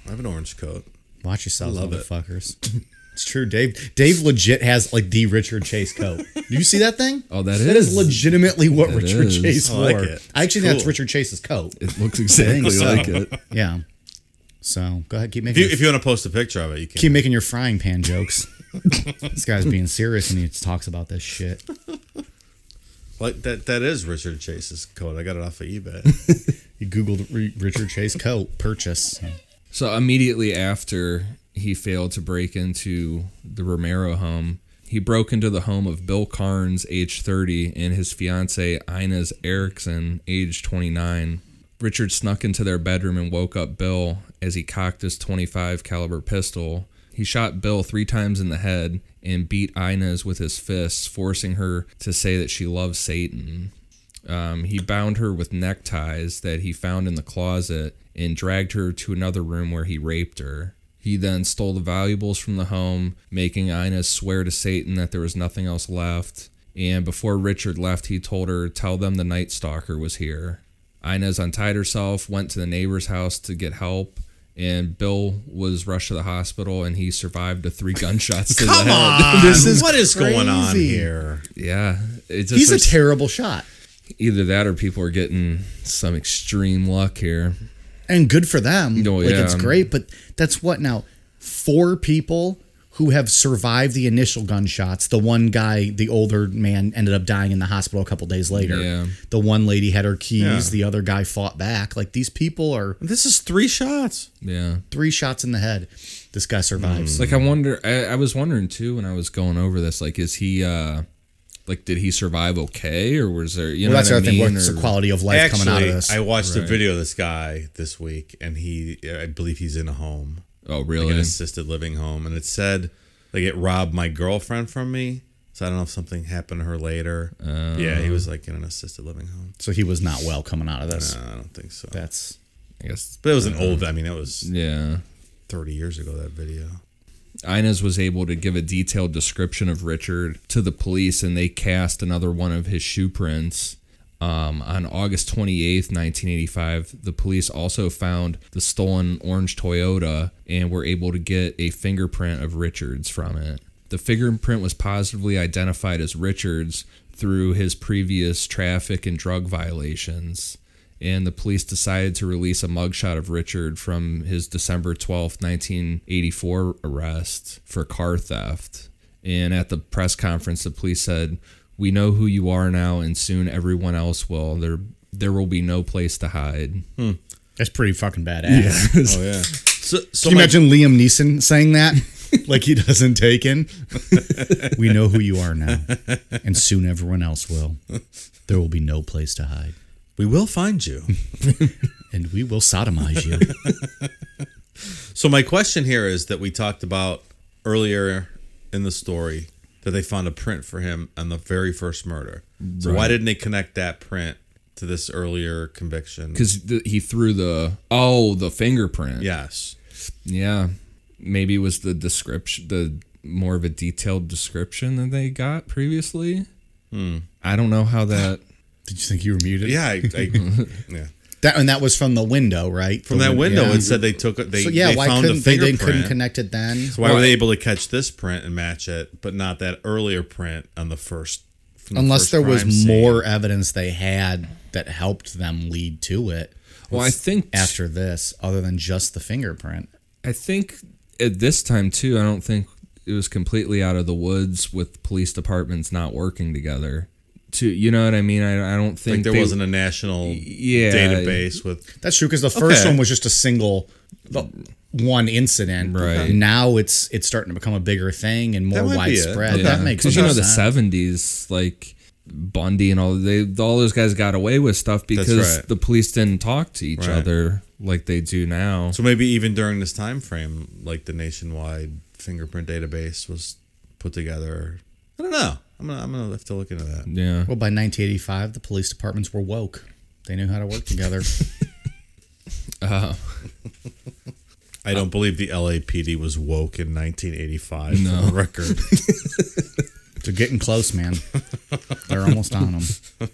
[SPEAKER 1] I have an orange coat.
[SPEAKER 2] Watch yourselves,
[SPEAKER 1] Love it.
[SPEAKER 2] motherfuckers. it's true. Dave Dave legit has like the Richard Chase coat. Do you see that thing?
[SPEAKER 3] Oh, that
[SPEAKER 2] That is
[SPEAKER 3] is-
[SPEAKER 2] legitimately what
[SPEAKER 3] that
[SPEAKER 2] Richard
[SPEAKER 3] is.
[SPEAKER 2] Chase
[SPEAKER 1] I
[SPEAKER 2] wore.
[SPEAKER 1] like it.
[SPEAKER 2] I actually think that's
[SPEAKER 1] Cool.
[SPEAKER 2] Richard Chase's coat.
[SPEAKER 3] It looks exactly
[SPEAKER 2] so.
[SPEAKER 3] like it.
[SPEAKER 2] Yeah. So go ahead, keep
[SPEAKER 1] If you,
[SPEAKER 2] making
[SPEAKER 1] if you want to post a picture of it, you can.
[SPEAKER 2] keep making your frying pan jokes. this guy's being serious when he talks about this shit.
[SPEAKER 1] Like that. That is Richard Chase's coat. I got it off of eBay.
[SPEAKER 2] He googled R- Richard Chase coat purchase.
[SPEAKER 3] So immediately after he failed to break into the Romero home, he broke into the home of Bill Carnes, age 30, and his fiancee Inez Erickson, age 29. Richard snuck into their bedroom and woke up Bill as he cocked his 25 caliber pistol. He shot Bill 3 times in the head and beat Inez with his fists, forcing her to say that she loves Satan. Um, he bound her with neckties that he found in the closet and dragged her to another room where he raped her. He then stole the valuables from the home, making Inez swear to Satan that there was nothing else left. And before Richard left, he told her, Tell them the Night Stalker was here. Inez untied herself, went to the neighbor's house to get help, and Bill was rushed to the hospital and he survived the three gunshots to the head.
[SPEAKER 1] this is what is going on
[SPEAKER 2] crazy.
[SPEAKER 1] here?
[SPEAKER 3] Yeah. It just
[SPEAKER 2] He's a
[SPEAKER 3] was-
[SPEAKER 2] terrible shot.
[SPEAKER 3] either that or people are getting some extreme luck here.
[SPEAKER 2] and good for them.
[SPEAKER 3] Oh,
[SPEAKER 2] like it's
[SPEAKER 3] yeah.
[SPEAKER 2] great, but that's what now four people who have survived the initial gunshots. The one guy, the older man, ended up dying in the hospital a couple days later.
[SPEAKER 3] Yeah.
[SPEAKER 2] The one lady had her keys.
[SPEAKER 1] Yeah.
[SPEAKER 2] The other guy fought back. Like these people are
[SPEAKER 1] This is three shots.
[SPEAKER 3] Yeah.
[SPEAKER 2] three shots in the head. This guy survives.
[SPEAKER 3] Like I wonder I, I was wondering too when I was going over this, like is he uh like did he survive okay or was there you
[SPEAKER 2] well,
[SPEAKER 3] know
[SPEAKER 2] that's the
[SPEAKER 3] what I
[SPEAKER 2] other thing.
[SPEAKER 3] mean?
[SPEAKER 2] What's
[SPEAKER 3] Or-
[SPEAKER 2] the quality of life
[SPEAKER 1] Actually,
[SPEAKER 2] coming out of this?
[SPEAKER 1] I watched a video of this guy this week, and he, I believe he's in a home,
[SPEAKER 3] Oh
[SPEAKER 1] like an
[SPEAKER 3] really?
[SPEAKER 1] assisted living home, and it said, like, it robbed my girlfriend from me. So I don't know if something happened to her later. yeah, he was like in an assisted living home.
[SPEAKER 2] so he was not well coming out of this.
[SPEAKER 1] No, I don't think so.
[SPEAKER 2] That's
[SPEAKER 3] I guess
[SPEAKER 1] But it was an old. I mean, it was
[SPEAKER 3] yeah.
[SPEAKER 1] 30 years ago that video.
[SPEAKER 3] Inez was able to give a detailed description of Richard to the police, and they cast another one of his shoe prints. Um, on August 28th, 1985, the police also found the stolen orange Toyota and were able to get a fingerprint of Richards from it. The fingerprint was positively identified as Richards through his previous traffic and drug violations and the police decided to release a mugshot of Richard from his December twelfth, nineteen 1984 arrest for car theft. And at the press conference, the police said, "We know who you are now, and soon everyone else will. There, there will be no place to hide."
[SPEAKER 2] that's pretty fucking badass.
[SPEAKER 1] Oh yeah. So, so
[SPEAKER 2] Can you
[SPEAKER 1] my-
[SPEAKER 2] imagine Liam Neeson saying that? like he doesn't take in. we know who you are now, and soon everyone else will. There will be no place to hide,
[SPEAKER 1] we will find you.
[SPEAKER 2] and we will sodomize you.
[SPEAKER 1] So my question here is that we talked about earlier in the story that they found a print for him on the very first murder. So why didn't they connect that print to this earlier conviction?
[SPEAKER 3] Because he threw the oh the fingerprint.
[SPEAKER 1] yes,
[SPEAKER 3] yeah. Maybe it was the description, the more of a detailed description than they got previously. I don't know how that.
[SPEAKER 2] Did you think you were muted?
[SPEAKER 1] yeah, I, I, yeah.
[SPEAKER 2] That and that was from the window, right?
[SPEAKER 1] From that window,
[SPEAKER 2] Yeah.
[SPEAKER 1] it said they took it. They,
[SPEAKER 2] so yeah,
[SPEAKER 1] they
[SPEAKER 2] why
[SPEAKER 1] found
[SPEAKER 2] couldn't
[SPEAKER 1] the
[SPEAKER 2] they, they
[SPEAKER 1] fingerprint.
[SPEAKER 2] couldn't connect it then?
[SPEAKER 1] So why were they able to catch this print and match it, but not that earlier print on the first? from the
[SPEAKER 2] Unless
[SPEAKER 1] first
[SPEAKER 2] there was
[SPEAKER 1] crime scene?
[SPEAKER 2] more evidence they had that helped them lead to it
[SPEAKER 3] Well, I think
[SPEAKER 2] after this, other than just the fingerprint.
[SPEAKER 3] I think at this time too, I don't think it was completely out of the woods with police departments not working together. To you know what I mean? I, I don't think
[SPEAKER 1] Like there
[SPEAKER 3] they-
[SPEAKER 1] wasn't a national
[SPEAKER 3] Yeah.
[SPEAKER 1] database with
[SPEAKER 2] That's true because the first
[SPEAKER 1] Okay.
[SPEAKER 2] one was just a single, the one incident.
[SPEAKER 3] Right.
[SPEAKER 2] now, it's it's starting to become a bigger thing and more
[SPEAKER 1] That might be it.
[SPEAKER 2] widespread.
[SPEAKER 3] Yeah.
[SPEAKER 2] That makes
[SPEAKER 3] 'Cause you know the
[SPEAKER 2] sense.
[SPEAKER 3] seventies like. Bundy and all they all those guys got away with stuff because
[SPEAKER 1] right.
[SPEAKER 3] the police didn't talk to each
[SPEAKER 1] Right.
[SPEAKER 3] other like they do now.
[SPEAKER 1] So maybe even during this time frame, like the nationwide fingerprint database was put together. I don't know. I'm gonna I'm gonna have to look into that.
[SPEAKER 3] Yeah.
[SPEAKER 2] Well, by 1985, the police departments were woke. They knew how to work together.
[SPEAKER 1] I I don't believe the LAPD was woke in 1985. No record.
[SPEAKER 2] They're getting close, man. They're almost on them.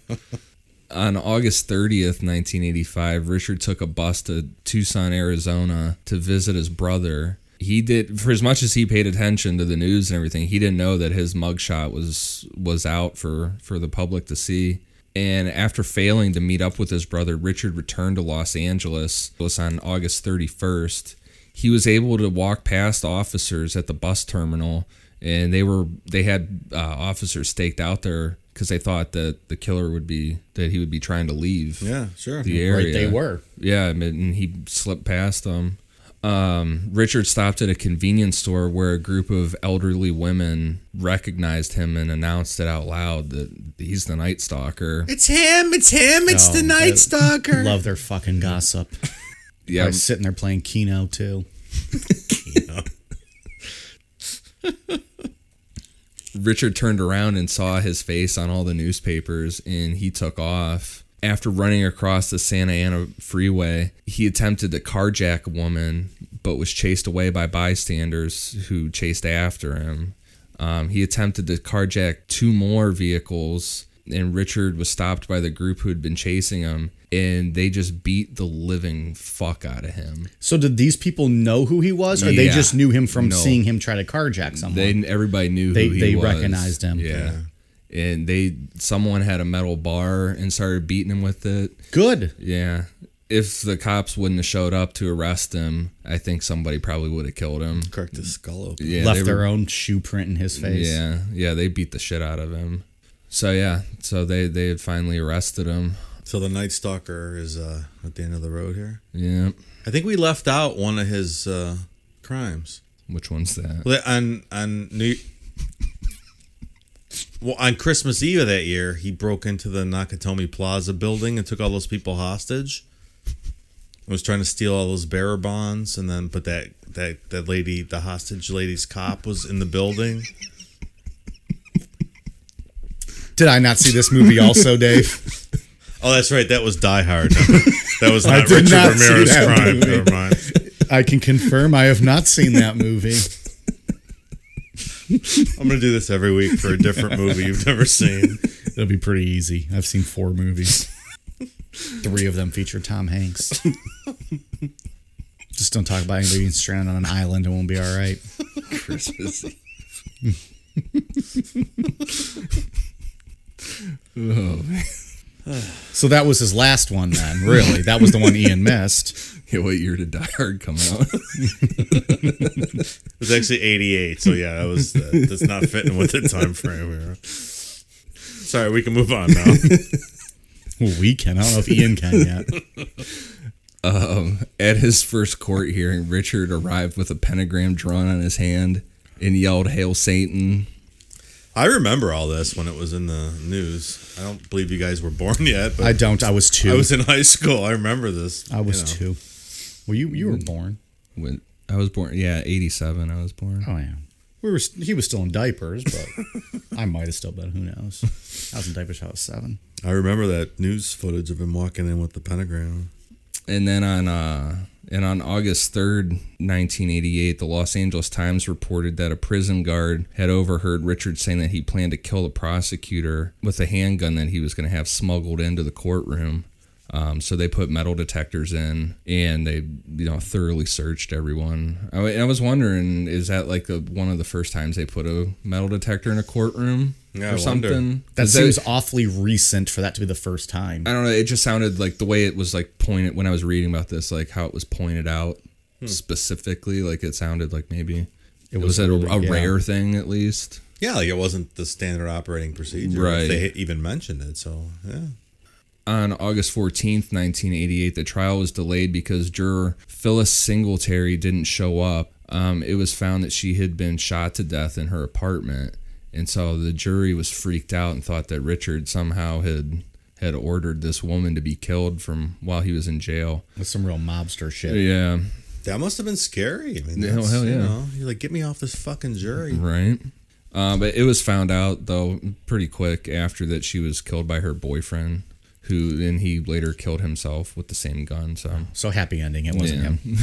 [SPEAKER 3] On August 30th, 1985, Richard took a bus to Tucson, Arizona to visit his brother. He did for as much as he paid attention to the news and everything, he didn't know that his mugshot was was out for for the public to see. And after failing to meet up with his brother, Richard returned to Los Angeles It was on August 31st. He was able to walk past officers at the bus terminal, and they were they had uh, officers staked out there because they thought that the killer would be that he would be trying to leave
[SPEAKER 1] yeah, sure.
[SPEAKER 3] the area.
[SPEAKER 2] Right, they were.
[SPEAKER 3] Yeah, I mean, and he slipped past them. Um, Richard stopped at a convenience store where a group of elderly women recognized him and announced it out loud that he's the Night Stalker.
[SPEAKER 1] It's him. It's him. It's the Night Stalker.
[SPEAKER 2] Oh, Love their fucking gossip.
[SPEAKER 3] yeah,
[SPEAKER 2] I was sitting there playing Keno too.
[SPEAKER 3] Richard turned around and saw his face on all the newspapers and he took off. After running across the Santa Ana freeway, he attempted to carjack a woman but was chased away by bystanders who chased after him. Um, he attempted to carjack two more vehicles and Richard was stopped by the group who had been chasing him and they just beat the living fuck out of him.
[SPEAKER 2] So did these people know who he was, or they
[SPEAKER 3] Yeah.
[SPEAKER 2] just knew him from
[SPEAKER 3] No.
[SPEAKER 2] seeing him try to carjack someone?
[SPEAKER 3] They everybody knew
[SPEAKER 2] They-
[SPEAKER 3] who he
[SPEAKER 2] they
[SPEAKER 3] was.
[SPEAKER 2] recognized him.
[SPEAKER 3] Yeah. And they someone had a metal bar and started beating him with it.
[SPEAKER 2] Good.
[SPEAKER 3] Yeah. If the cops wouldn't have showed up to arrest him, I think somebody probably would have killed him.
[SPEAKER 1] Cracked his skull open.
[SPEAKER 3] Yeah,
[SPEAKER 2] Left
[SPEAKER 3] they
[SPEAKER 2] their
[SPEAKER 3] were-
[SPEAKER 2] own shoe print in his face.
[SPEAKER 3] Yeah, yeah, they beat the shit out of him. So yeah, so they they had finally arrested him.
[SPEAKER 1] So the Night Stalker is uh, at the end of the road here.
[SPEAKER 3] Yeah,
[SPEAKER 1] I think we left out one of his uh, crimes.
[SPEAKER 3] which one's that?
[SPEAKER 1] Well, on on New well, on Christmas Eve of that year, he broke into the Nakatomi Plaza building and took all those people hostage. He was trying to steal all those bearer bonds, and then but that that that lady, the hostage lady's cop, was in the building.
[SPEAKER 2] Did I not see this movie also, Dave?
[SPEAKER 1] Oh, that's right. That was Die Hard. That was not
[SPEAKER 2] did
[SPEAKER 1] Richard
[SPEAKER 2] not see
[SPEAKER 1] Ramirez
[SPEAKER 2] that
[SPEAKER 1] crime.
[SPEAKER 2] movie.
[SPEAKER 1] Never mind.
[SPEAKER 2] I can confirm I have not seen that movie.
[SPEAKER 1] I'm gonna do this every week for a different movie you've never seen.
[SPEAKER 2] It'll be pretty easy. I've seen four movies. Three of them feature Tom Hanks. Just don't talk about anybody being stranded on an island. It won't be all right.
[SPEAKER 3] Christmas.
[SPEAKER 2] So that was his last one, then. Really, that was the one Ian missed.
[SPEAKER 3] Yeah, what year did Die Hard come out?
[SPEAKER 1] It was actually 88, so yeah, that was uh, that's not fitting with the time frame here. Sorry, we can move on now.
[SPEAKER 2] Well, we can. I don't know if Ian can yet.
[SPEAKER 3] At his first court hearing, Richard arrived with a pentagram drawn on his hand and yelled, "Hail Satan!"
[SPEAKER 1] I remember all this when it was in the news. I don't believe you guys were born yet, but
[SPEAKER 2] I don't. I was two.
[SPEAKER 1] I was in high school. I remember this.
[SPEAKER 2] I was
[SPEAKER 1] you know.
[SPEAKER 2] two. Well, you you were born.
[SPEAKER 3] When I was born, yeah, eighty-seven. I was born.
[SPEAKER 2] Oh yeah. We were. He was still in diapers, but I might have still been. Who knows? I was in diapers. till I was seven.
[SPEAKER 1] I remember that news footage of him walking in with the pentagram.
[SPEAKER 3] And then on uh, and on August third, nineteen eighty-eight, the Los Angeles Times reported that a prison guard had overheard Richard saying that he planned to kill the prosecutor with a handgun that he was going to have smuggled into the courtroom. Um, so they put metal detectors in, and they you know thoroughly searched everyone. I, wa- I was wondering, is that like the one of the first times they put a metal detector in a courtroom
[SPEAKER 1] Yeah, I
[SPEAKER 3] or
[SPEAKER 1] wonder.
[SPEAKER 3] something?
[SPEAKER 2] That
[SPEAKER 3] 'Cause they-
[SPEAKER 2] seems awfully recent for that to be the first time.
[SPEAKER 3] I don't know. It just sounded like the way it was like pointed when I was reading about this, like how it was pointed out specifically. Like it sounded like maybe Hmm. it was,
[SPEAKER 2] was
[SPEAKER 3] a,
[SPEAKER 2] really-
[SPEAKER 3] a
[SPEAKER 2] yeah.
[SPEAKER 3] rare thing at least.
[SPEAKER 1] Yeah, like it wasn't the standard operating procedure.
[SPEAKER 3] Right.
[SPEAKER 1] If they even mentioned it, so yeah.
[SPEAKER 3] On August 14th, 1988, the trial was delayed because juror Phyllis Singletary didn't show up. Um, it was found that she had been shot to death in her apartment. And so the jury was freaked out and thought that Richard somehow had had ordered this woman to be killed from while he was in jail.
[SPEAKER 2] That's some real mobster shit.
[SPEAKER 3] Yeah.
[SPEAKER 1] That must have been scary. I mean,
[SPEAKER 3] Yeah,
[SPEAKER 1] that's,
[SPEAKER 3] hell
[SPEAKER 1] you
[SPEAKER 3] yeah.
[SPEAKER 1] know, you're like, get me off this fucking jury.
[SPEAKER 3] Right. Uh, but it was found out though pretty quick after that she was killed by her boyfriend, who then he later killed himself with the same gun. So
[SPEAKER 2] So happy ending. It wasn't
[SPEAKER 3] Yeah.
[SPEAKER 2] him.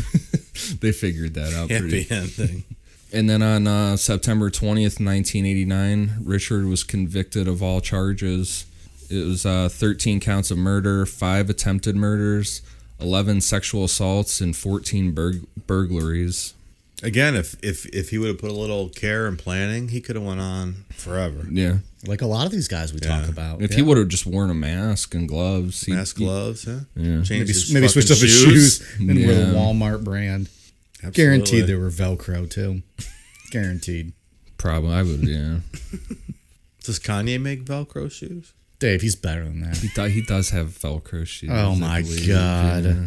[SPEAKER 3] they figured that out pretty
[SPEAKER 1] happy ending.
[SPEAKER 3] And then on uh, September 20th, 1989, Richard was convicted of all charges. It was uh, 13 counts of murder, five attempted murders, 11 sexual assaults, and 14 burg- burglaries.
[SPEAKER 1] Again, if if if he would have put a little care and planning, he could have went on forever.
[SPEAKER 3] Yeah.
[SPEAKER 2] Like a lot of these guys we talk
[SPEAKER 1] Yeah.
[SPEAKER 2] about.
[SPEAKER 3] If he would have just worn a mask and gloves, he,
[SPEAKER 1] Mask
[SPEAKER 3] he-
[SPEAKER 1] gloves, huh?
[SPEAKER 3] Yeah.
[SPEAKER 1] Change
[SPEAKER 2] maybe
[SPEAKER 1] his
[SPEAKER 2] maybe
[SPEAKER 1] fucking
[SPEAKER 2] switched up his shoes and wear
[SPEAKER 3] Yeah.
[SPEAKER 2] the Walmart brand.
[SPEAKER 1] Absolutely.
[SPEAKER 2] Guaranteed they were Velcro too. Guaranteed.
[SPEAKER 3] probably, I would, yeah.
[SPEAKER 1] Does Kanye make Velcro shoes?
[SPEAKER 2] Dave, he's better than that.
[SPEAKER 3] he, do, he does have Velcro shoes.
[SPEAKER 2] Oh
[SPEAKER 3] I
[SPEAKER 2] my
[SPEAKER 3] believe,
[SPEAKER 2] god.
[SPEAKER 3] yeah.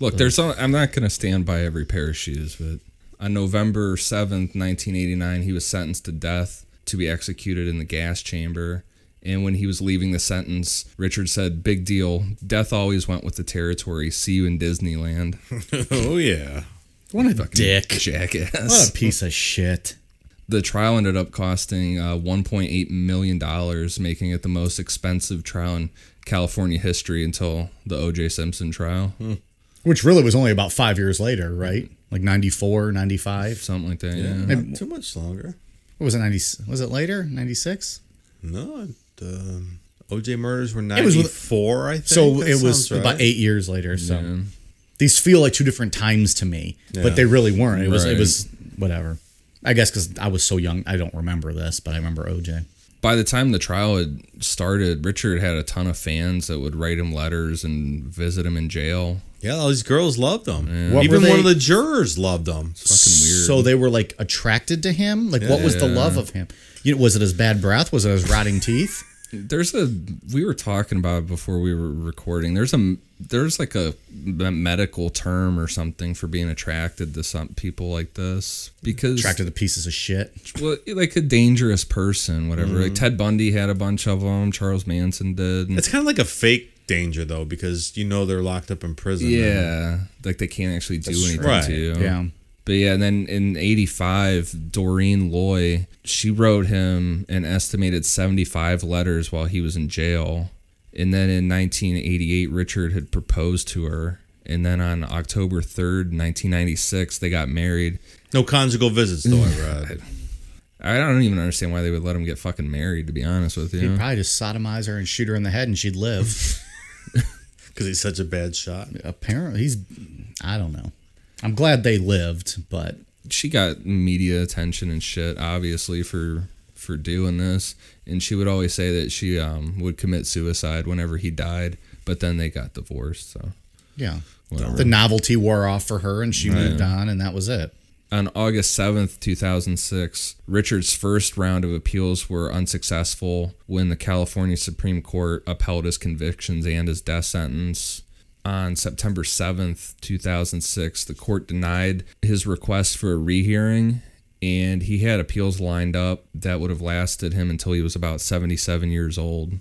[SPEAKER 3] Look, there's i I'm not going to stand by every pair of shoes, but on November 7th, 1989, he was sentenced to death to be executed in the gas chamber. And when he was leaving the sentence, Richard said, Big deal. Death always went with the territory. See you in Disneyland.
[SPEAKER 1] Oh yeah.
[SPEAKER 2] What a dick. What
[SPEAKER 3] Jackass.
[SPEAKER 2] a piece of shit.
[SPEAKER 3] The trial ended up costing uh, $1.8 million, making it the most expensive trial in California history until the O.J. Simpson trial.
[SPEAKER 2] Which really was only about five years later, right? Like 94, 95.
[SPEAKER 3] Something like that. yeah.
[SPEAKER 1] Not too much longer.
[SPEAKER 2] What was it, 90, was it later? 96?
[SPEAKER 1] No, it, um, OJ murders were
[SPEAKER 2] was with-
[SPEAKER 1] 94, I think.
[SPEAKER 2] So
[SPEAKER 1] That
[SPEAKER 2] it was
[SPEAKER 1] sounds right.
[SPEAKER 2] about eight years later. So these feel like two different times to me, but they really weren't. It was,
[SPEAKER 3] Right.
[SPEAKER 2] it was whatever. I guess because I was so young, I don't remember this, but I remember OJ.
[SPEAKER 3] by the time the trial had started, Richard had a ton of fans that would write him letters and visit him in jail.
[SPEAKER 1] Yeah, all these girls loved him.
[SPEAKER 2] What
[SPEAKER 1] Even
[SPEAKER 2] were
[SPEAKER 1] one of
[SPEAKER 2] they-
[SPEAKER 1] the jurors loved him.
[SPEAKER 3] Fucking weird.
[SPEAKER 2] So they were like attracted to him. Like, what was the love of him? You know, was it his bad breath? Was it his rotting teeth?
[SPEAKER 3] there's a we were talking about it before we were recording. There's a there's like a m- medical term or something for being attracted to some people like this because
[SPEAKER 2] Attracted to pieces of shit.
[SPEAKER 3] well, like a dangerous person, whatever. Like Ted Bundy had a bunch of them. Charles Manson did.
[SPEAKER 1] It's kind of like a fake danger, though, because you know they're locked up in prison.
[SPEAKER 3] yeah, like they can't actually do anything
[SPEAKER 1] right.
[SPEAKER 3] to you.
[SPEAKER 2] Yeah.
[SPEAKER 3] But yeah, and then in '85, Doreen Loy she wrote him an estimated 75 letters while he was in jail, and then in 1988, Richard had proposed to her, and then on October 3rd, 1996, they got married.
[SPEAKER 1] No conjugal visits, though, I read.
[SPEAKER 3] I don't even understand why they would let him get fucking married. To be honest with
[SPEAKER 2] He'd
[SPEAKER 3] you,
[SPEAKER 2] probably just sodomize her and shoot her in the head and she'd live.
[SPEAKER 1] Because he's such a bad shot.
[SPEAKER 2] Apparently, he's, I don't know. I'm glad they lived, but
[SPEAKER 3] she got media attention and shit, obviously for for doing this. And she would always say that she um, would commit suicide whenever he died. But then they got divorced, so.
[SPEAKER 2] yeah. The novelty wore off for her and she moved on and that was it.
[SPEAKER 3] On August 7th, 2006, Richard's first round of appeals were unsuccessful when the California Supreme Court upheld his convictions and his death sentence. On September 7th, 2006, the court denied his request for a rehearing, and he had appeals lined up that would have lasted him until he was about 77 years old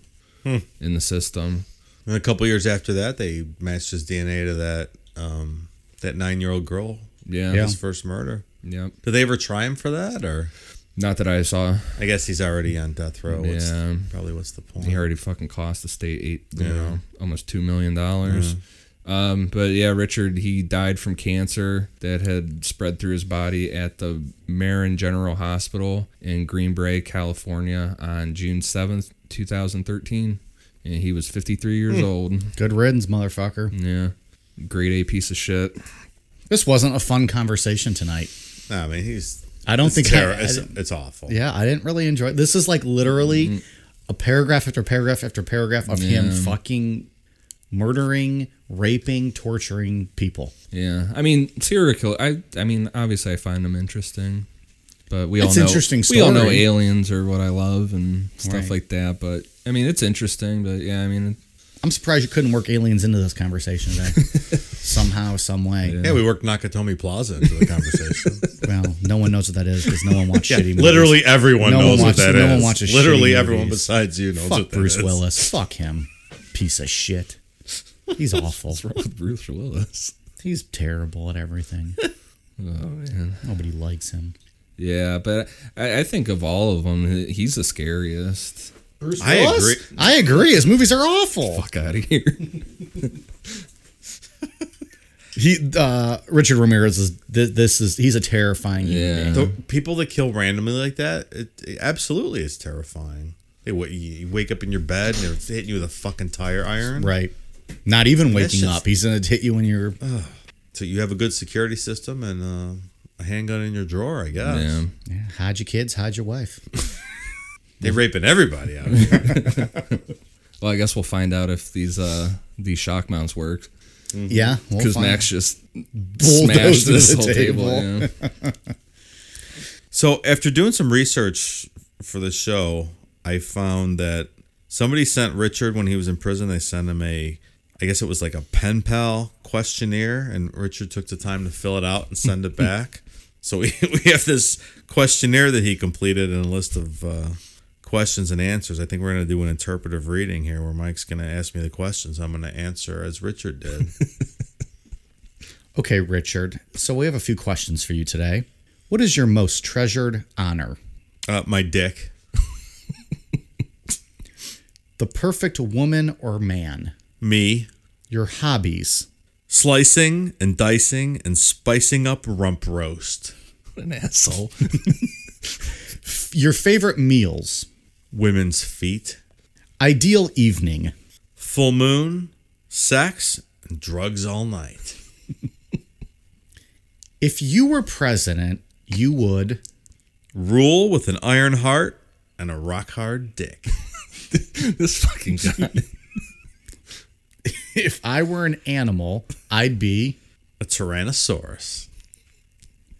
[SPEAKER 3] in the system.
[SPEAKER 1] And a couple years after that, they matched his DNA to that um, that nine year old girl.
[SPEAKER 3] Yeah.
[SPEAKER 1] His first murder.
[SPEAKER 3] Yep.
[SPEAKER 1] Did they ever try him for that? Or
[SPEAKER 3] Not that I saw.
[SPEAKER 1] I guess he's already on death row. What's,
[SPEAKER 3] Yeah.
[SPEAKER 1] Probably what's the point?
[SPEAKER 3] He already fucking cost the state eight, you know, almost two million dollars. Um, but yeah, Richard he died from cancer that had spread through his body at the Marin General Hospital in Green Bay, California, on June seventh, two thousand thirteen, and he was fifty three years old.
[SPEAKER 2] Good riddance, motherfucker.
[SPEAKER 3] Yeah, grade A piece of shit.
[SPEAKER 2] This wasn't a fun conversation tonight.
[SPEAKER 1] Nah, I mean, he's.
[SPEAKER 2] I don't
[SPEAKER 1] it's
[SPEAKER 2] think
[SPEAKER 1] terror-
[SPEAKER 2] I- I
[SPEAKER 1] it's,
[SPEAKER 2] didn't-
[SPEAKER 1] it's awful.
[SPEAKER 2] Yeah, I didn't really enjoy This is like literally
[SPEAKER 1] Mm-hmm.
[SPEAKER 2] a paragraph after paragraph after paragraph of him fucking murdering, raping, torturing people.
[SPEAKER 3] Yeah, I mean serial killer. I I mean obviously I find him interesting, but we all
[SPEAKER 2] It's
[SPEAKER 3] know
[SPEAKER 2] interesting
[SPEAKER 3] we all know
[SPEAKER 2] story.
[SPEAKER 3] aliens are what I love and stuff
[SPEAKER 2] Right.
[SPEAKER 3] like that. But I mean it's interesting. But yeah, I mean
[SPEAKER 2] I'm surprised you couldn't work aliens into this conversation today. Somehow, some way.
[SPEAKER 1] Yeah, we worked Nakatomi Plaza into the conversation.
[SPEAKER 2] Well, no one knows what that is because no one watched
[SPEAKER 1] Yeah,
[SPEAKER 2] shitty movies.
[SPEAKER 1] literally everyone
[SPEAKER 2] No one
[SPEAKER 1] knows
[SPEAKER 2] watches-
[SPEAKER 1] what that is.
[SPEAKER 2] no one watches
[SPEAKER 1] literally
[SPEAKER 2] shitty
[SPEAKER 1] everyone
[SPEAKER 2] movies.
[SPEAKER 1] besides you knows
[SPEAKER 2] Fuck
[SPEAKER 1] what that
[SPEAKER 2] Bruce
[SPEAKER 1] is.
[SPEAKER 2] Willis. Fuck him. Piece of shit. He's awful.
[SPEAKER 3] Bruce Willis.
[SPEAKER 2] He's terrible at everything. Oh, Nobody likes him.
[SPEAKER 3] Yeah, but I, I think of all of them, he- he's the scariest.
[SPEAKER 2] Bruce
[SPEAKER 1] I Willis? agree.
[SPEAKER 2] I agree. His movies are awful.
[SPEAKER 3] Fuck out of here.
[SPEAKER 2] He uh, Richard Ramirez is th- this is he's a terrifying human being.
[SPEAKER 3] Yeah.
[SPEAKER 1] The people that kill randomly like that, it, it absolutely is terrifying. They wa- you wake up in your bed and they're hitting you with a fucking tire iron.
[SPEAKER 2] Right. Not even waking
[SPEAKER 1] shit's-
[SPEAKER 2] up. He's gonna hit you when you're uh,
[SPEAKER 1] So you have a good security system and uh, a handgun in your drawer, I guess.
[SPEAKER 3] Yeah.
[SPEAKER 2] Yeah, hide your kids, hide your wife.
[SPEAKER 1] They're raping everybody out here.
[SPEAKER 3] Well, I guess we'll find out if these uh these shock mounts worked
[SPEAKER 2] Yeah, we'll
[SPEAKER 3] because
[SPEAKER 2] find-
[SPEAKER 3] Max just
[SPEAKER 2] Bulldozed
[SPEAKER 3] smashed this
[SPEAKER 2] the
[SPEAKER 3] whole table.
[SPEAKER 2] table.
[SPEAKER 3] yeah.
[SPEAKER 1] So after doing some research for the show, I found that somebody sent Richard when he was in prison. They sent him a, I guess it was like a pen pal questionnaire, and Richard took the time to fill it out and send it back. So we, we have this questionnaire that he completed and a list of uh, questions and answers. I think we're gonna do an interpretive reading here, where Mike's gonna ask me the questions. I'm gonna answer as Richard did.
[SPEAKER 2] Okay, Richard. So we have a few questions for you today. What is your most treasured honor?
[SPEAKER 1] uh, my dick,
[SPEAKER 2] The perfect woman or man?
[SPEAKER 1] me,
[SPEAKER 2] Your hobbies?
[SPEAKER 1] slicing and dicing and spicing up rump roast.
[SPEAKER 3] What an asshole.
[SPEAKER 2] F- Your favorite meals?
[SPEAKER 1] women's feet,
[SPEAKER 2] Ideal evening?
[SPEAKER 1] full moon, sex, and drugs all night.
[SPEAKER 2] If you were president, you would.
[SPEAKER 1] Rule with an iron heart and a rock hard dick.
[SPEAKER 3] this fucking guy.
[SPEAKER 2] If I were an animal, I'd be.
[SPEAKER 1] A Tyrannosaurus.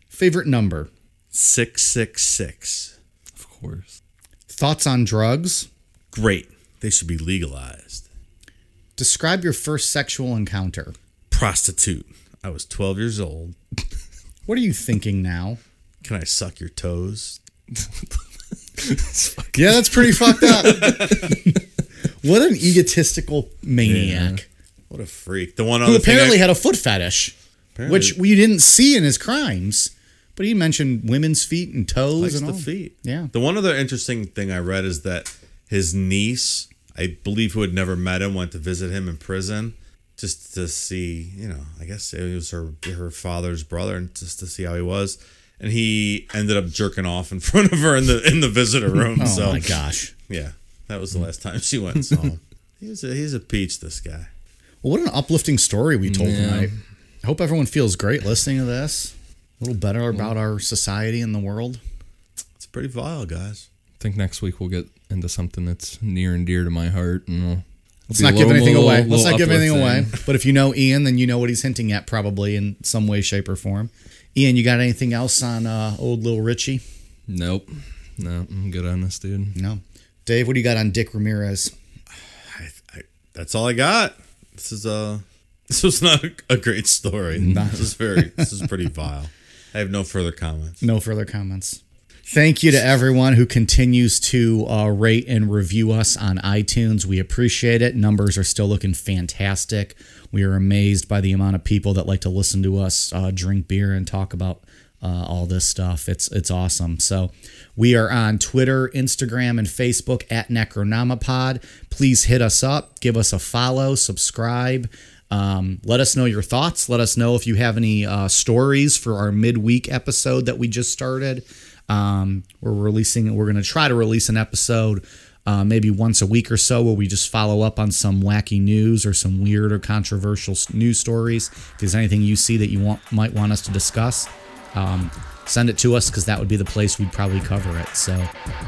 [SPEAKER 2] Favorite number?
[SPEAKER 1] 666.
[SPEAKER 3] Of course.
[SPEAKER 2] Thoughts on drugs?
[SPEAKER 1] Great. They should be legalized.
[SPEAKER 2] Describe your first sexual encounter.
[SPEAKER 1] Prostitute. I was 12 years old.
[SPEAKER 2] What are you thinking now?
[SPEAKER 1] Can I suck your toes?
[SPEAKER 2] Yeah, that's pretty fucked up. what an egotistical maniac
[SPEAKER 1] What a freak. The one
[SPEAKER 2] who
[SPEAKER 1] other
[SPEAKER 2] apparently
[SPEAKER 1] thing I-
[SPEAKER 2] had a foot fetish, which we didn't see in his crimes. But he mentioned women's feet and toes
[SPEAKER 1] likes
[SPEAKER 2] and
[SPEAKER 1] the
[SPEAKER 2] all.
[SPEAKER 1] feet.
[SPEAKER 2] Yeah.
[SPEAKER 1] The one other interesting thing I read is that his niece, I believe, who had never met him, went to visit him in prison just to see, you know, I guess it was her her father's brother, and just to see how he was. And he ended up jerking off in front of her in the in the visitor room.
[SPEAKER 2] Oh
[SPEAKER 1] so
[SPEAKER 2] my Oh. gosh!
[SPEAKER 1] yeah, that was the last time she went and saw him. He's a, he's a peach. This guy.
[SPEAKER 2] Well, what an uplifting story we told tonight. I hope everyone feels great listening to this. A little better about our society and the world.
[SPEAKER 1] It's pretty vile, guys.
[SPEAKER 3] I think next week we'll get into something that's near and dear to my heart. And we'll,
[SPEAKER 2] Let's not give anything away. Let's not give anything away. But if you know Ian, then you know what he's hinting at, probably in some way, shape, or form. Ian, you got anything else on uh, old little Richie?
[SPEAKER 3] Nope. No, I'm good on this, dude.
[SPEAKER 2] No. Dave, what do you got on Dick Ramirez?
[SPEAKER 1] I, I, that's all I got. This is a this was not a, a great story. This is very this is pretty vile. I have no further comments.
[SPEAKER 2] No further comments. Thank you to everyone who continues to uh, rate and review us on iTunes. We appreciate it. Numbers are still looking fantastic. We are amazed by the amount of people that like to listen to us uh, drink beer and talk about uh, all this stuff. It's it's awesome. So we are on Twitter, Instagram, and Facebook at Necronomipod. Please hit us up, give us a follow, subscribe. Um, let us know your thoughts. Let us know if you have any uh, stories for our midweek episode that we just started. Um, we're releasing, we're going to try to release an episode uh, maybe once a week or so where we just follow up on some wacky news or some weird or controversial s- news stories. If there's anything you see that you want, might want us to discuss, um, send it to us because that would be the place we'd probably cover it. So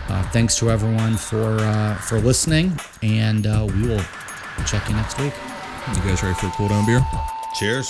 [SPEAKER 2] uh, thanks to everyone for, uh, for listening, and uh, we will check you next week.
[SPEAKER 3] You guys ready for a cool down beer?
[SPEAKER 1] Cheers.